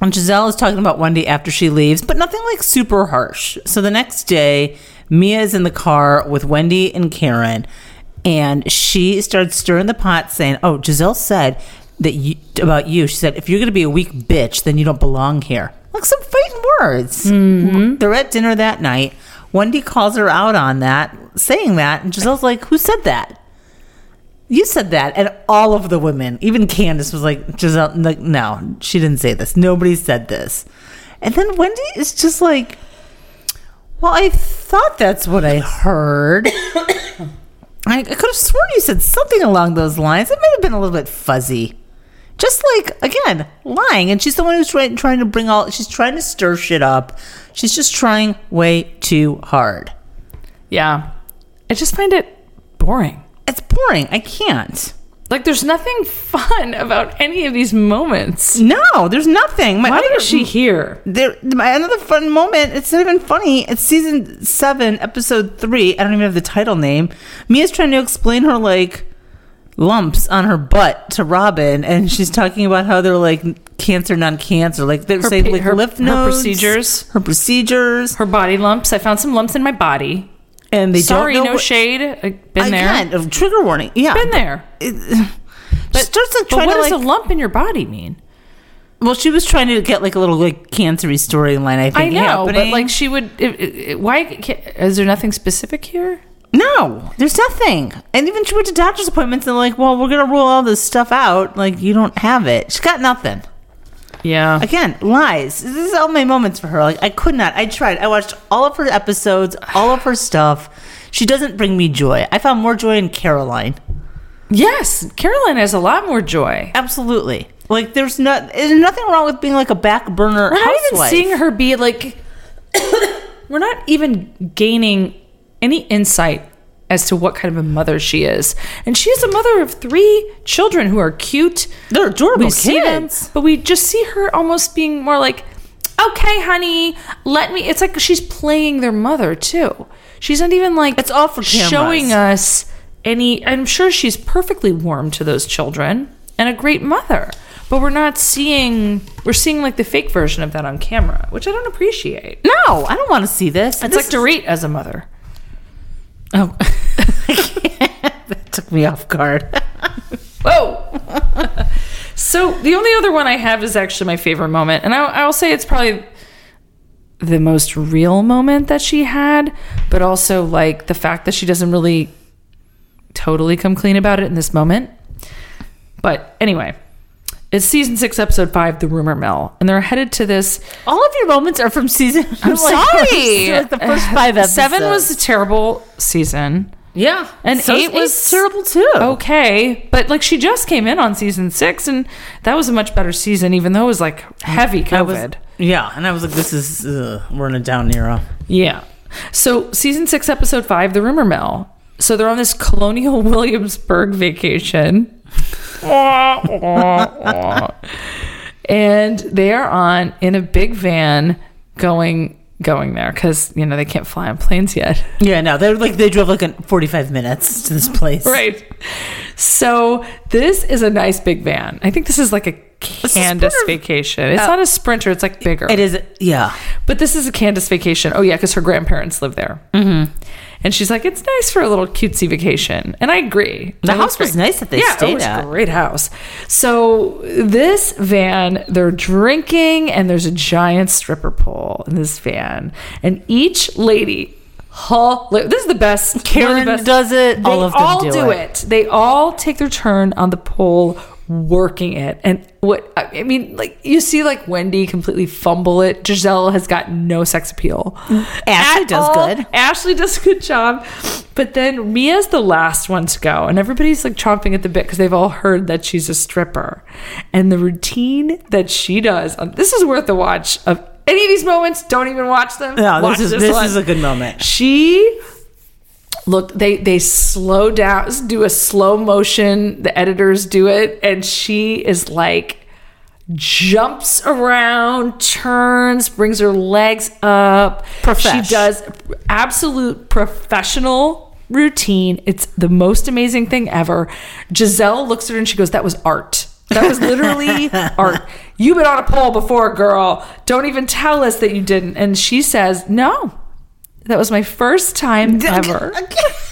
B: And Giselle is talking about Wendy after she leaves, but nothing like super harsh. So the next day, Mia is in the car with Wendy and Karen, and she starts stirring the pot, saying, "Oh, Giselle said that you, about you. She said if you're going to be a weak bitch, then you don't belong here." Like some fighting words. They're at dinner that night. Wendy calls her out on that, saying that, and Giselle's like, "Who said that?" You said that, and all of the women, even Candace, was like, Giselle, like, no, she didn't say this. Nobody said this. And then Wendy is just like, well, I thought that's what I heard. *coughs* I, I could have sworn you said something along those lines. It might have been a little bit fuzzy. Just like, again, lying. And she's the one who's trying, trying to bring all, she's trying to stir shit up. She's just trying way too hard.
A: Yeah. I just find it boring.
B: It's boring. I can't.
A: Like there's nothing *laughs* fun about any of these moments.
B: No, there's nothing. My
A: Why
B: other-
A: is she here?
B: there my another fun moment it's not even funny it's season 7 episode 3 i don't even have the title name mia's trying to explain her like lumps on her butt to robin and she's talking about how they're like cancer non-cancer like they're
A: Her
B: saying
A: pa-
B: like
A: her-
B: lymph
A: her
B: nodes
A: procedures.
B: her procedures
A: Her body lumps. I found some lumps in my body.
B: and they
A: Sorry,
B: don't know
A: no
B: what-
A: shade. I've been
B: Again,
A: there.
B: a trigger warning yeah
A: Been there.
B: but starts
A: But
B: like, trying
A: what
B: to
A: does
B: like
A: a lump in your body mean?
B: well she was trying to get like a little like cancery storyline i think
A: I know, but
B: happening.
A: like she would. It, it, it- why ca- is there nothing specific here?
B: No, there's nothing. And even she went to doctor's appointments and like, well, we're gonna rule all this stuff out. Like, you don't have it. She got nothing.
A: Yeah,
B: Again, lies. This is all my moments for her. Like, I could not. I tried. I watched all of her episodes, all of her stuff. She doesn't bring me joy. I found more joy in Caroline.
A: Yes, Caroline has a lot more joy.
B: Absolutely. Like, there's not. There's nothing wrong with being like a back burner
A: We're not even
B: housewife.
A: seeing her be like. *coughs* we're not even gaining any insight as to what kind of a mother she is, and she is a mother of three children who are cute.
B: They're adorable
A: We
B: Oh, kids.
A: see them, but we just see her almost being more like, "Okay, honey, let me." It's like she's playing their mother too. She's not even like
B: It's all for cameras.
A: showing us any. I'm sure she's perfectly warm to those children and a great mother, but we're not seeing. We're seeing like the fake version of that on camera, which I don't appreciate.
B: No, I don't want to see this.
A: It's
B: This *laughs*
A: like Dorit as a mother.
B: Oh. that took me off guard. *laughs*
A: Whoa. *laughs* so the only other one I have is actually my favorite moment, and I, I will say it's probably the most real moment that she had, but also like the fact that she doesn't really totally come clean about it in this moment. But anyway, it's season six, episode five, the rumor mill, and they're headed to this.
B: All of your moments are from season.
A: I'm
B: *laughs* Like, like the first five episodes.
A: Seven was a terrible season.
B: yeah,
A: And eight was
B: terrible too.
A: okay but like she just came in on season six and that was a much better season even though it was like heavy covid
B: I was- yeah, and I was like, this is uh, we're in a down era.
A: yeah so season six episode *laughs* five the rumor mill so they're on this colonial williamsburg vacation Wah, wah, wah. and they are on in a big van going going there because you know they can't fly on planes yet. *laughs*
B: Yeah, no, they're like they drove like an 45 minutes to this place.
A: Right. So this is a nice big van. I think this is Uh, like a Candace
B: Sprinter.
A: vacation. It's
B: Oh.
A: not a sprinter. It's like bigger.
B: It is, yeah.
A: But this is a Candace vacation. Oh yeah, because her grandparents live there. Mm-hmm. And she's like, it's nice for a little cutesy vacation. And I agree.
B: The
A: It
B: house
A: looks
B: was nice that they
A: yeah, it
B: stayed
A: was
B: at.
A: a great house. So this van, they're drinking, and there's a giant stripper pole in this van, and each lady. hol- This is the best. one of
B: Karen
A: the best.
B: does it.
A: They
B: All of them
A: all
B: do
A: do
B: it.
A: it. They all take their turn on the pole, working it. And what I I mean, like you see, like Wendy completely fumble it. Giselle has got no sex appeal.
B: Mm. Ashley
A: At
B: does
A: all.
B: good.
A: Ashley does a good job. But then Mia's the last one to go, and everybody's like chomping at the bit because they've all heard that she's a stripper, and the routine that she does. uh, This is worth the watch of. Any of these moments, don't even watch them.
B: No,
A: Watch
B: this is this
A: one.
B: is a good moment.
A: She look they they slow down do a slow motion the editors do it and she is like jumps around turns brings her legs up
B: Profesh.
A: she does absolute professional routine it's the most amazing thing ever giselle looks at her and she goes that was art that was literally art you've been on a pole before girl don't even tell us that you didn't and she says no that was my first
B: *laughs*
A: time *laughs* ever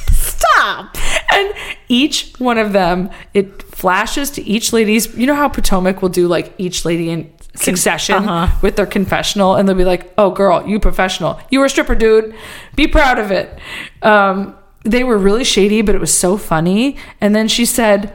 B: Stop.
A: and each one of them, it flashes to each lady's. You know how Potomac will do like each lady in succession
B: uh-huh.
A: with their confessional, and they'll be like, "Oh, girl, you professional. You were a stripper, dude. Be proud of it." Um, they were really shady, but it was so funny. And then she said,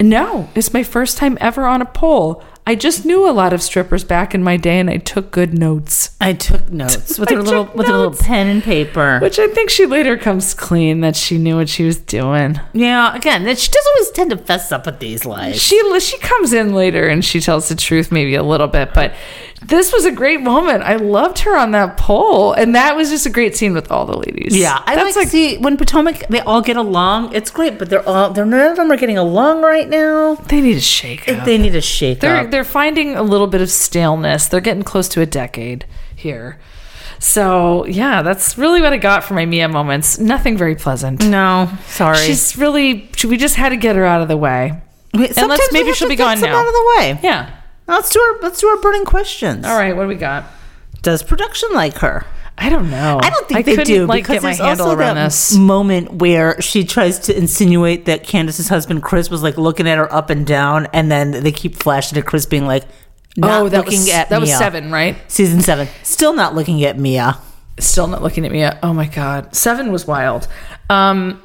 A: "No, it's my first time ever on a pole." I just knew a lot of strippers back in my day, and I took good notes.
B: I took notes
A: *laughs*
B: with
A: I
B: her little
A: took
B: with her little
A: notes.
B: pen and paper.
A: Which I think she later comes clean that she knew what she was doing.
B: yeah, again, that she does always tend to fess up with these lies.
A: she she comes in later and she tells the truth maybe a little bit but this was a great moment i loved her on that pole and that was just a great scene with all the ladies
B: Yeah, I
A: that's
B: like, see when Potomac they all get along. It's great, but they're all they're none of them are getting along right now.
A: they need a shake up.
B: They need a shake
A: they're
B: up.
A: they're finding a little bit of staleness they're getting close to a decade here so yeah that's really what i got for my mia moments nothing very pleasant
B: No, Mm, sorry.
A: she's really she- we just had to get her out of the way unless
B: Wait, sometimes we
A: maybe
B: have
A: she'll
B: to
A: be
B: get
A: gone
B: some
A: now.
B: Out of the way.
A: yeah
B: Now Let's do our let's do our burning questions.
A: all right what do we got
B: Does production like her?
A: I don't know.
B: I don't think
A: I
B: they
A: couldn't,
B: do
A: Like,
B: because
A: get my
B: there's
A: handle
B: also
A: around
B: that
A: this.
B: moment where she tries to insinuate that Candace's husband Chris was like looking at her up and down, and then they keep flashing to Chris being like, not
A: oh, that
B: looking
A: was,
B: at
A: that was
B: Mia.
A: seven, right?
B: season seven, still not looking at Mia."
A: Still not looking at me. Yet. Oh my god, seven was wild. Um,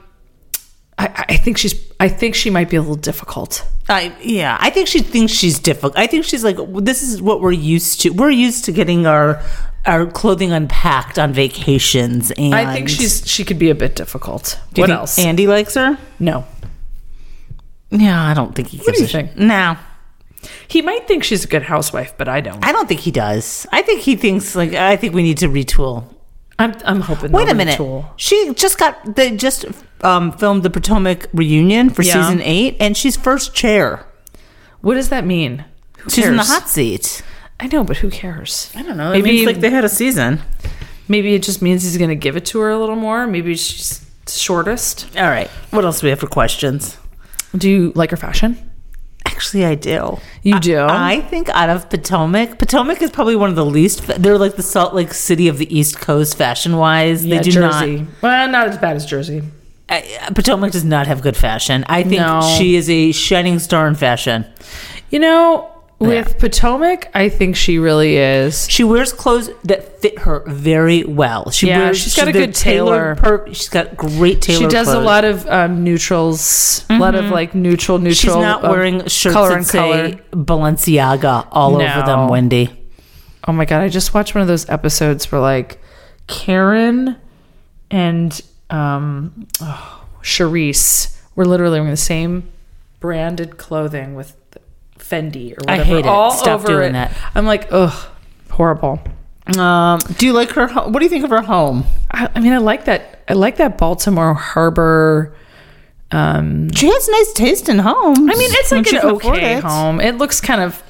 A: I, I think she's. I think she might be a little difficult.
B: I yeah, I think she thinks she's difficult. I think she's like, this is what we're used to. We're used to getting our our clothing unpacked on vacations, and
A: I think she's. She could be a bit difficult.
B: Do you
A: what
B: think
A: else?
B: Andy likes her.
A: no,
B: Yeah, I don't think he. What
A: do you think?
B: No,
A: he might think she's a good housewife, but I don't.
B: I don't think he does. I think he thinks like I think we need to retool.
A: I'm. I'm hoping.
B: Wait
A: they'll
B: a minute.
A: retool.
B: She just got they just um, filmed the Potomac reunion for
A: Yeah.
B: season eight, and she's first chair.
A: What does that mean? Who
B: She's in the
A: cares?
B: hot seat.
A: I know, but who cares?
B: I don't know.
A: Maybe
B: had a season.
A: maybe it just means he's going to give it to her a little more. Maybe she's shortest.
B: All right. What else do we have for questions?
A: Do you like her fashion?
B: Actually, I do.
A: You do.
B: I think out of Potomac, Potomac is probably one of the least. fa- They're like the Salt Lake City of the East Coast, fashion wise.
A: Yeah,
B: they do
A: Jersey.
B: not.
A: Well, not as bad as Jersey.
B: I, Potomac does not have good fashion. I think
A: No.
B: she is a shining star in fashion.
A: You know, with
B: Yeah.
A: Potomac, I think she really is.
B: She wears clothes that fit her very well. She
A: Yeah,
B: wears,
A: she's got a
B: they're
A: good
B: tailored
A: tailor.
B: per- she's got great tailor.
A: she does a
B: clothes. Mm-hmm.
A: lot of um, neutrals, a lot of like neutral, neutral.
B: She's not
A: um,
B: wearing shirts
A: color
B: that
A: and
B: say
A: color.
B: Balenciaga all over
A: No.
B: them, Wendy.
A: Oh my god! I just watched one of those episodes where like Karen and um, oh, Charisse were literally wearing the same branded clothing with Fendi or
B: I
A: whatever.
B: hate it.
A: All
B: Stop
A: over
B: doing
A: it.
B: that.
A: I'm like, ugh, horrible.
B: Um, do you like her? ho- What do you think of her home?
A: I, I mean, I like that. I like that Baltimore Harbor. Um,
B: She has nice taste in homes.
A: I mean, it's
B: when
A: like
B: she
A: an
B: can afford
A: okay
B: it.
A: home. It looks kind of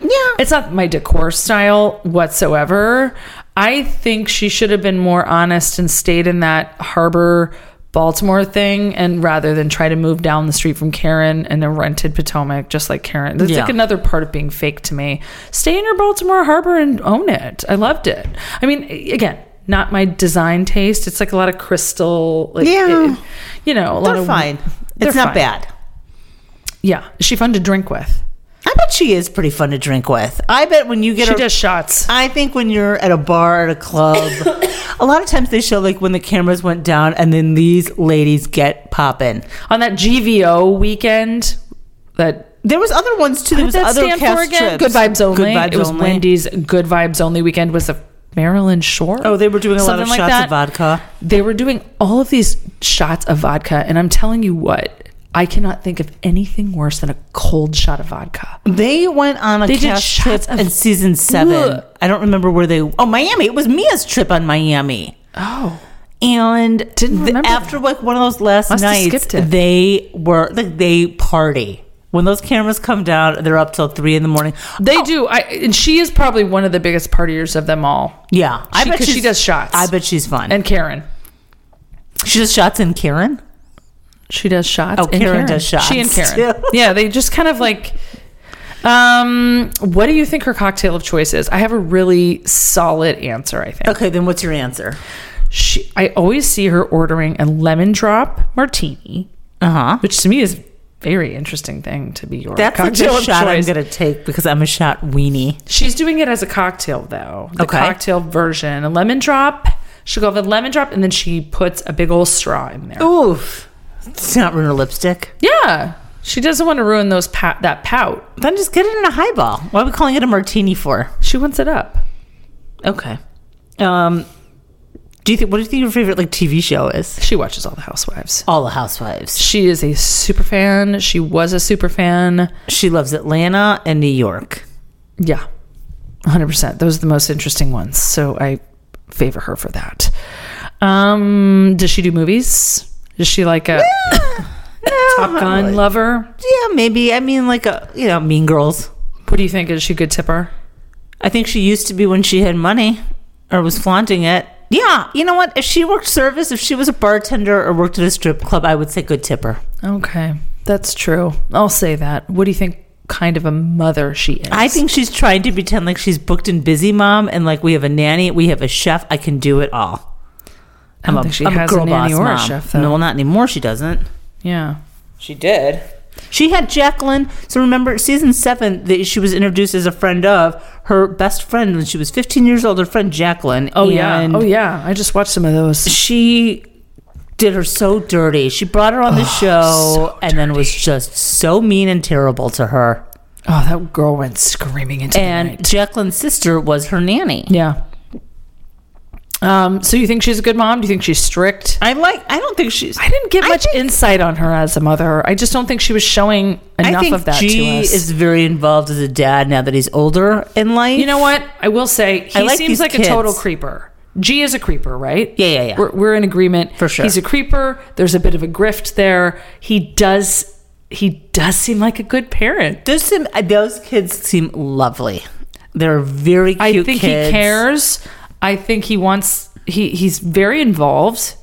B: Yeah.
A: it's not my decor style whatsoever. I think she should have been more honest and stayed in that harbor Baltimore thing and rather than try to move down the street from Karen in a rented Potomac just like Karen. That's
B: Yeah.
A: like another part of being fake to me. Stay in your Baltimore harbor and own it. I loved it. I mean, again, not my design taste. It's like a lot of crystal like
B: Yeah.
A: it- you know, a lot
B: They're
A: of
B: fine.
A: they're
B: it's not
A: fine.
B: bad.
A: Yeah. Is she fun to drink with?
B: I bet she is pretty fun to drink with. I bet when you get
A: She
B: her,
A: does shots.
B: I think when you're at a bar at a
A: *laughs*
B: club, a lot of times they show like when the cameras went down and then these ladies get popping.
A: on that GVO weekend that
B: There was other ones too. There
A: what
B: was
A: did that
B: other
A: stand
B: cast
A: for again?
B: trips.
A: Good vibes only.
B: Good vibes
A: it was
B: only.
A: Wendy's Good Vibes Only weekend was the Maryland Shore.
B: Oh, they were doing a lot
A: Something
B: of
A: like
B: shots
A: that.
B: of vodka.
A: They were doing all of these shots of vodka, and I'm telling you what, I cannot think of anything worse than a cold shot of vodka.
B: They went on a
A: They did
B: cast
A: shots
B: trip
A: of-
B: in season seven.
A: Ugh.
B: I don't remember where they. Oh, Miami. It was Mia's trip on Miami.
A: Oh,
B: And
A: Didn't
B: the,
A: remember
B: after like one of those last
A: Must have
B: nights,
A: skipped it.
B: they were like they party. When those cameras come down, they're up till three in the morning.
A: they do. I and she is probably one of the biggest partiers of them all,
B: Yeah, I
A: She- 'cause she
B: she's-
A: does shots.
B: I bet she's fun. And
A: and Karen.
B: she does shots in Karen.
A: She does shots.
B: Oh,
A: and
B: Karen does shots,
A: She and Karen.
B: *laughs* too.
A: yeah, they just kind of like. Um, what do you think her cocktail of choice is? I have a really solid answer. I think
B: Okay, then what's your answer?
A: she. I always see her ordering a lemon drop martini,
B: Uh huh.
A: which to me is a very interesting thing to be your
B: That's the
A: cocktail
B: good
A: of
B: shot I'm
A: choice.
B: gonna take because I'm a shot weenie.
A: She's doing it as a cocktail though. The
B: Okay.
A: cocktail version, a lemon drop. She'll go with a lemon drop, and then she puts a big old straw in there.
B: Oof, it's not ruin her lipstick.
A: Yeah, she doesn't want to ruin those pat that pout.
B: Then just get it in a highball. What are we calling it a martini for?
A: She wants it up.
B: Okay. Um, do you think? What do you think your favorite like TV show is?
A: She watches all the Housewives.
B: All the Housewives.
A: She is a super fan. She was a super fan.
B: She loves Atlanta and
A: *laughs*
B: New York.
A: Yeah, 100%. Those are the most interesting ones. So I favor her for that. Um, does she do movies? Is she like a Top Gun lover?
B: Yeah, maybe. I mean, like a you know, Mean Girls.
A: What do you think? Is she a good tipper?
B: I think she used to be when she had money or was flaunting it. Yeah, you know what? If she worked service, if she was a bartender or worked at a strip club, I would say good tipper.
A: Okay, that's true. I'll say that. What do you think kind of a mother she is?
B: I think she's trying to pretend like she's booked and busy mom and like we have a nanny, we have a chef, I can do it all.
A: I don't think she has a nanny or a chef, though.
B: No, well, not anymore. She doesn't.
A: Yeah.
B: She did. She had Jacqueline. So remember, season seven, that she was introduced as a friend of her best friend when she was 15 years old. Her friend Jacqueline.
A: Oh, yeah.
B: And
A: Oh, yeah. I just watched some of those.
B: She did her so dirty. She brought her on the show and then was just so mean and terrible to her.
A: Oh, that girl went screaming into
B: And
A: the night.
B: Jacqueline's sister was her nanny.
A: Yeah. Um, so you think she's a good mom? Do you think she's strict?
B: I like. I don't think she's.
A: I didn't get
B: I
A: much
B: think-
A: insight on her as a mother. I just don't think she was showing
B: I
A: enough
B: think
A: of that
B: G
A: to us.
B: is very involved as a dad now that he's older in life.
A: you know what? I will say he
B: I like
A: seems
B: these
A: like
B: kids.
A: a total creeper. G is a creeper, right?
B: Yeah, yeah, yeah.
A: We're, we're in agreement
B: For sure.
A: He's a creeper. There's a bit of a grift there. He does. He does seem like a good parent.
B: Those seem, those kids seem lovely. They're very cute.
A: I think
B: kids.
A: he cares. I think he wants. He he's very involved.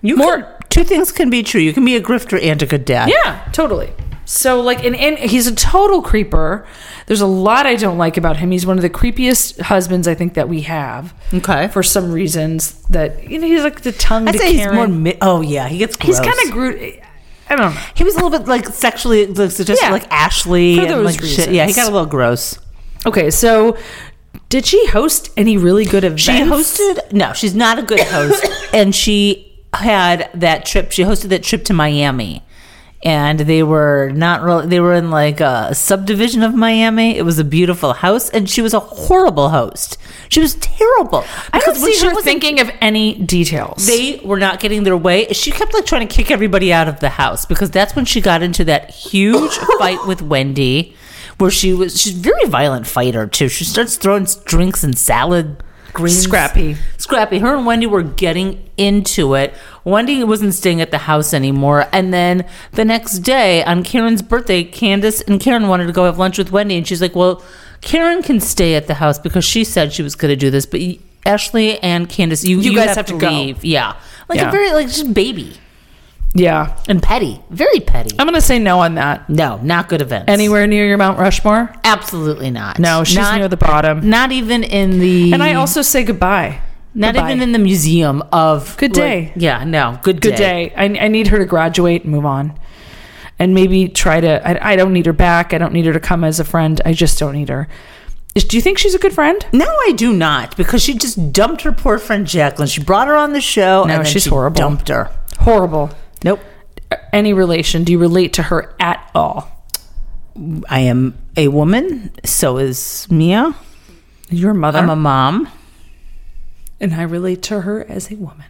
B: You
A: More-
B: can- two things can be true. You can be a grifter and a good dad.
A: Yeah, totally. So like and, and he's a total creeper. There's a lot I don't like about him. He's one of the creepiest husbands I think that we have.
B: Okay.
A: For some reasons that you know he's like the tongue
B: I'd
A: to
B: say he's
A: Karen.
B: more. Mi- oh yeah, he gets. Gross.
A: he's kind of gru- I don't know.
B: He was a little bit like sexually like, suggestive,
A: Yeah.
B: like Ashley.
A: For
B: and,
A: those
B: like, shit. Yeah, he
A: reasons.
B: got a little gross.
A: Okay, so did she host any really good events?
B: She hosted. No, she's not a good host,
A: *coughs*
B: and she had that trip. She hosted that trip to Miami. And they were not really, they were in like a subdivision of Miami. It was a beautiful house, and she was a horrible host. She was terrible.
A: I don't
B: Because when
A: see
B: she
A: her
B: wasn't-
A: thinking of any details.
B: they were not getting their way. She kept like trying to kick everybody out of the house because that's when she got into that huge
A: *laughs*
B: fight with Wendy, where she was she's a very violent fighter too. She starts throwing drinks and salad Green
A: Scrappy.
B: Scrappy. Her and Wendy were getting into it. Wendy wasn't staying at the house anymore. And then the next day on Karen's birthday, Candace and Karen wanted to go have lunch with Wendy. And she's like, well, Karen can stay at the house because she said she was going to do this. But y- Ashley and Candace, you,
A: You guys have to go.
B: leave. Yeah. Like
A: Yeah.
B: a very, like just baby
A: Yeah.
B: and petty. Very petty.
A: I'm going to say no on that.
B: no, not good events.
A: Anywhere near your Mount Rushmore?
B: Absolutely not.
A: No, she's
B: Not-
A: near the bottom.
B: Not even in the.
A: And I also say goodbye.
B: Not
A: Goodbye.
B: even in the museum of
A: Good day.
B: like- yeah, no, good day.
A: good day. I, I need her to graduate and move on. And maybe try to. I, I don't need her back. I don't need her to come as a friend. I just don't need her. Is- Do you think she's a good friend?
B: No, I do not because she just dumped her poor friend Jacqueline. She brought her on the show.
A: No,
B: and then
A: she's
B: she
A: horrible.
B: Dumped her.
A: Horrible.
B: Nope.
A: Any relation? Do you relate to her at all?
B: I am a woman. So is Mia.
A: Your mother.
B: I'm a mom.
A: and I relate to her as a woman.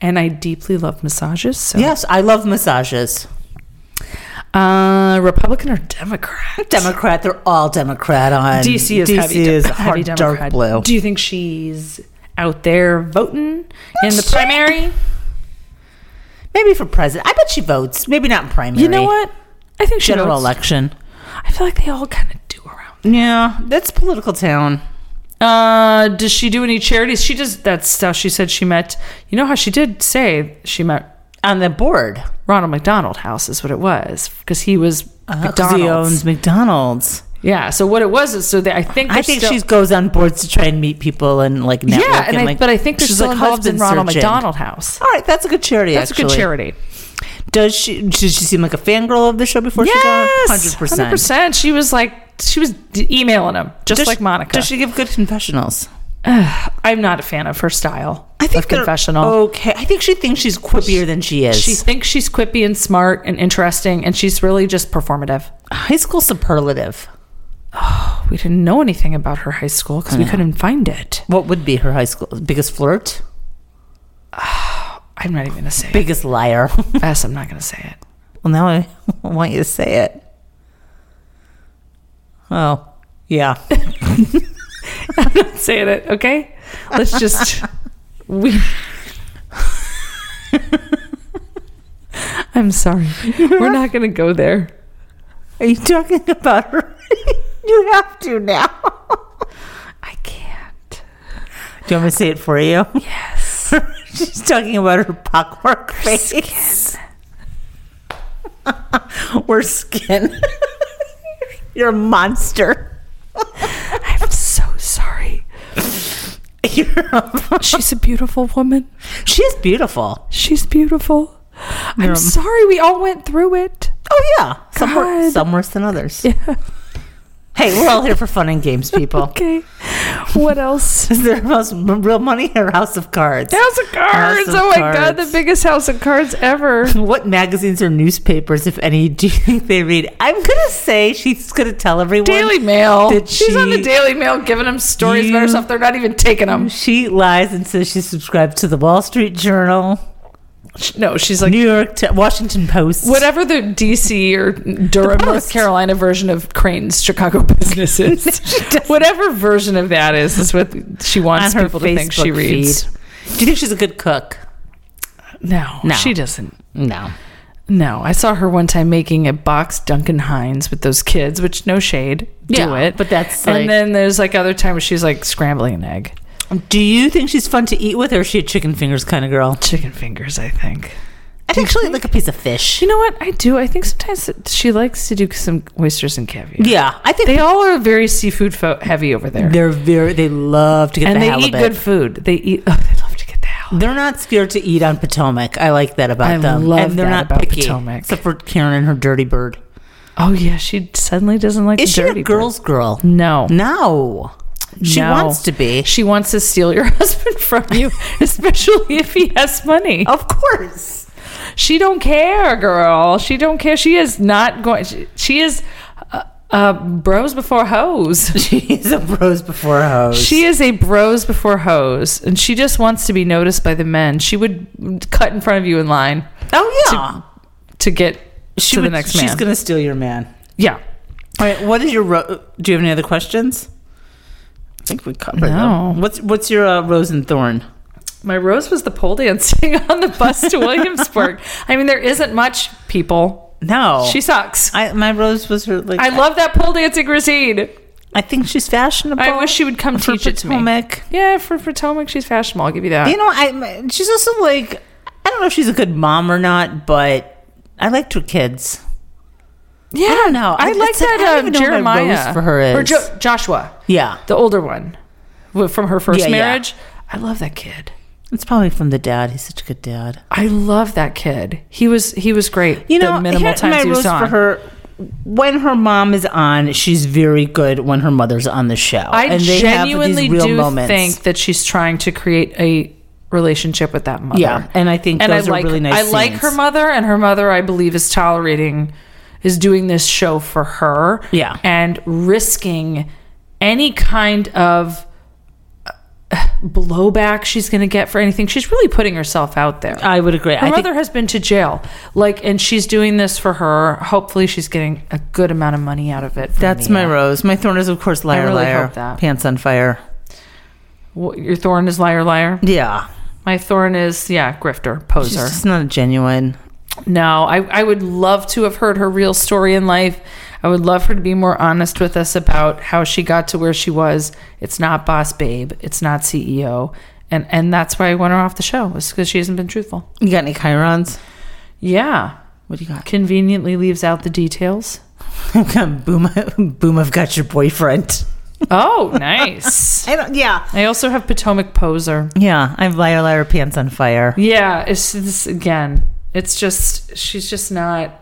A: And I deeply love massages. So.
B: Yes, I love massages.
A: Uh, Republican or Democrat?
B: Democrat. They're all Democrat on
A: DC is heavy,
B: is
A: heavy
B: hard
A: Democrat.
B: dark blue.
A: Do you think she's out there voting in the
B: she-
A: primary?
B: Maybe for president. I bet she votes. Maybe not in primary.
A: You know what? I think she
B: General
A: votes.
B: election.
A: I feel like they all kind of do around.
B: Yeah, that's political town.
A: Uh, does she do any charities? She does. That's how she said she met. You know how she did say she met
B: On the board.
A: Ronald McDonald House is what it was because he was
B: Uh, 'cause
A: McDonald's.
B: he owns McDonald's.
A: yeah. So what it was is so they, I think
B: I
A: they're
B: think
A: still-
B: she goes on boards to try and meet people and like network.
A: yeah, and I,
B: like,
A: but I think they're
B: she's
A: still
B: like
A: involved in
B: husband
A: Ronald
B: searching.
A: McDonald House.
B: All right, that's a good charity.
A: That's a good
B: actually.
A: charity.
B: Does she? Does she seem like a fangirl of the show before she
A: Yes,
B: got? Hundred percent.
A: She was like she was d- emailing him just
B: Does
A: like
B: she-
A: Monica.
B: Does she give good confessionals?
A: *sighs* I'm not a fan of her style. of
B: they're
A: confessional.
B: Okay, I think she thinks she's quippier than she is.
A: She thinks she's quippy and smart and interesting, and she's really just performative.
B: high school superlative.
A: We didn't know anything about her high school because we couldn't find it.
B: What would be her high school biggest flirt?
A: I'm not even gonna say it.
B: Biggest liar. *laughs* well,
A: S. I'm not gonna say it.
B: now I *laughs* want you to say it. Oh, yeah. *laughs*
A: Say it. Okay. Let's *laughs* just we. I'm sorry. We're not gonna go there.
B: Are you talking about her? *laughs* you have to now. *laughs*
A: I can't.
B: Do you want me to say it for you? *laughs* Yes. She's talking about her pockmark face. *laughs* We're skin. *laughs* You're a monster. *laughs*
A: I'm so sorry.
B: You're a-
A: She's a beautiful woman.
B: she is beautiful.
A: She's beautiful. I'm
B: Yeah.
A: sorry we all went through it. *laughs*
B: Oh yeah. Some, wor-
A: God.
B: some worse than others. Hey, we're all here for fun and games, people. *laughs*
A: Okay. What else?
B: Is there most real money or House of Cards?
A: *laughs* House of Cards.
B: of
A: oh my God,
B: Cards.
A: the biggest House of Cards
B: *laughs*
A: ever.
B: What magazines or newspapers, if any, do you think they read? I'm gonna say she's gonna tell everyone.
A: Daily Mail.
B: Did
A: She's on the
B: she-
A: Daily Mail giving them stories
B: You-
A: about herself. They're not even taking
B: *laughs*
A: them.
B: She lies and says she subscribed to the Wall Street Journal,
A: No, she's like,
B: New York, Ti- Washington Post.
A: whatever the DC or Durham,
B: The
A: North
B: Post.
A: Carolina version of Crane's Chicago *laughs*
B: *laughs*
A: business is. whatever version of that is, is what she wants
B: On her
A: people to think she
B: Facebook
A: reads.
B: Do you think she's a good cook?
A: No,
B: No.
A: she doesn't.
B: No.
A: No, I saw her one time making a box Duncan Hines with those kids, which no shade, do
B: Yeah,
A: it.
B: but that's like-
A: and then there's like other times where she's like scrambling an egg,
B: Do you think she's fun to eat with, or is she a chicken fingers kind of girl?
A: chicken fingers. I think.
B: I think she'll eat like a piece of fish.
A: Do you know what I do? I think sometimes that she likes to do some oysters and caviar.
B: Yeah, I think
A: They all are very seafood fo- heavy over there,
B: they're very. They love to get
A: and
B: the
A: they
B: halibut.
A: eat good food. They eat. Oh, they love to get the halibut.
B: They're not scared to eat on Potomac. I like that about
A: I
B: them.
A: love
B: and they're
A: that
B: not
A: about
B: picky,
A: Potomac.
B: except for Karen and her dirty bird.
A: Oh yeah, she suddenly doesn't like.
B: Is
A: the
B: she
A: dirty
B: a girl's girl?
A: bird. No.
B: No, she
A: No.
B: wants to be.
A: She wants to steal your *laughs* husband from
B: *laughs*
A: you, especially if he has money.
B: Of course.
A: She don't care, girl. She don't care. She is not going. She, she is uh, uh, bros before hoes.
B: *laughs* She's a rose before a hose.
A: She is a bros before hoes, and she just wants to be noticed by the men. She would cut in front of you in line
B: oh yeah.
A: to get
B: she
A: to
B: would,
A: the next
B: she's
A: man.
B: gonna steal your man.
A: yeah.
B: All right. What is your? Ro- do you have any other questions? think we covered
A: No.
B: them. What's what's your uh, rose and thorn?
A: My rose was the pole *laughs* dancing on the bus
B: *laughs*
A: to Williamsburg. I mean, there isn't much, people.
B: No,
A: She sucks.
B: Oh. I my rose was her. Like
A: I love that pole dancing routine.
B: I think she's fashionable.
A: I wish she would come
B: for
A: teach it to me.
B: Potomac.
A: Yeah, for Potomac, she's fashionable. I'll give you that.
B: You know, I she's also like I don't know if she's a good mom or not, but I liked her kids.
A: yeah,
B: I don't know.
A: I,
B: I-
A: like
B: it's like, I
A: that
B: don't
A: um,
B: even know what my
A: Jeremiah
B: rose for her
A: or
B: is.
A: Jo- Joshua,
B: Yeah,
A: the older one w- from her first
B: Yeah, yeah.
A: marriage. I love that kid.
B: it's probably from the dad. He's such a good dad.
A: I love that kid. He was he was great.
B: You know,
A: the minimal
B: here- my
A: times he was
B: rules for
A: on.
B: her. When her mom is on, she's very good. When her mother's on the show,
A: I
B: and they have these
A: genuinely
B: real
A: do
B: moments.
A: think that she's trying to create a relationship with that mother.
B: Yeah, and I think
A: and I
B: those are
A: like
B: really nice.
A: I like
B: scenes.
A: her mother, and her mother I believe is tolerating, is doing this show for her.
B: Yeah.
A: and risking any kind of uh, blowback she's going to get for anything. She's really putting herself out there.
B: I would agree.
A: Her
B: I
A: mother
B: think
A: has been to jail, like, and she's doing this for her. Hopefully, she's getting a good amount of money out of it. from
B: that's
A: the,
B: my
A: uh,
B: rose. My thorn is, of course, liar,
A: really
B: liar,
A: hope that.
B: pants on fire.
A: wh- your thorn is liar, liar.
B: Yeah,
A: My thorn is yeah, grifter,
B: she's
A: poser.
B: just not genuine.
A: No, I, I would love to have heard her real story in life. I would love her to be more honest with us about how she got to where she was. It's not boss babe. It's not CEO. And and that's why I want her off the show was because she hasn't been truthful.
B: You got any chirons?
A: Yeah.
B: What do you got?
A: Conveniently leaves out the details.
B: *laughs* boom, boom! I've got your boyfriend.
A: Oh, *laughs* nice.
B: I don't. Yeah,
A: I also have Potomac poser.
B: yeah. I'm liar, liar, pants on fire.
A: Yeah, it's this again. It's just she's just not.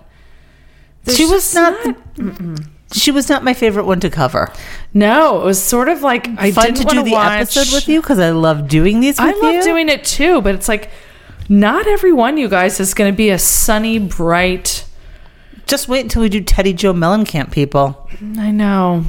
B: She
A: there's
B: was
A: just
B: not. she was not my favorite one to cover.
A: No, it was sort of like I
B: Fun to
A: didn't
B: do
A: wanna
B: the
A: watch,
B: episode with you because I love doing these.
A: I
B: With
A: love
B: you.
A: doing it too, but it's like not everyone, you guys, is going to be a sunny, bright.
B: Just wait until we do Teddy Joe Mellencamp, people.
A: I know.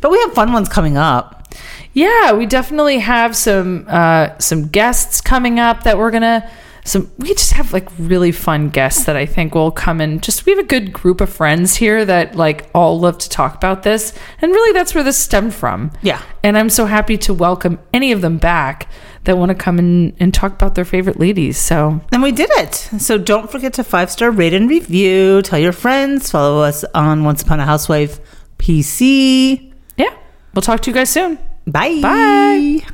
B: But we have fun ones coming up.
A: Yeah, we definitely have some uh, some guests coming up that we're gonna. Some we just have like really fun guests that I think will come and just we have a good group of friends here that like all love to talk about this and really that's where this stemmed from.
B: Yeah.
A: and I'm so happy to welcome any of them back that want to come and and talk about their favorite ladies. So
B: And we did it. So don't forget to five star rate and review. Tell your friends. Follow us on Once Upon a Housewife PC.
A: yeah, we'll talk to you guys soon.
B: Bye.
A: Bye.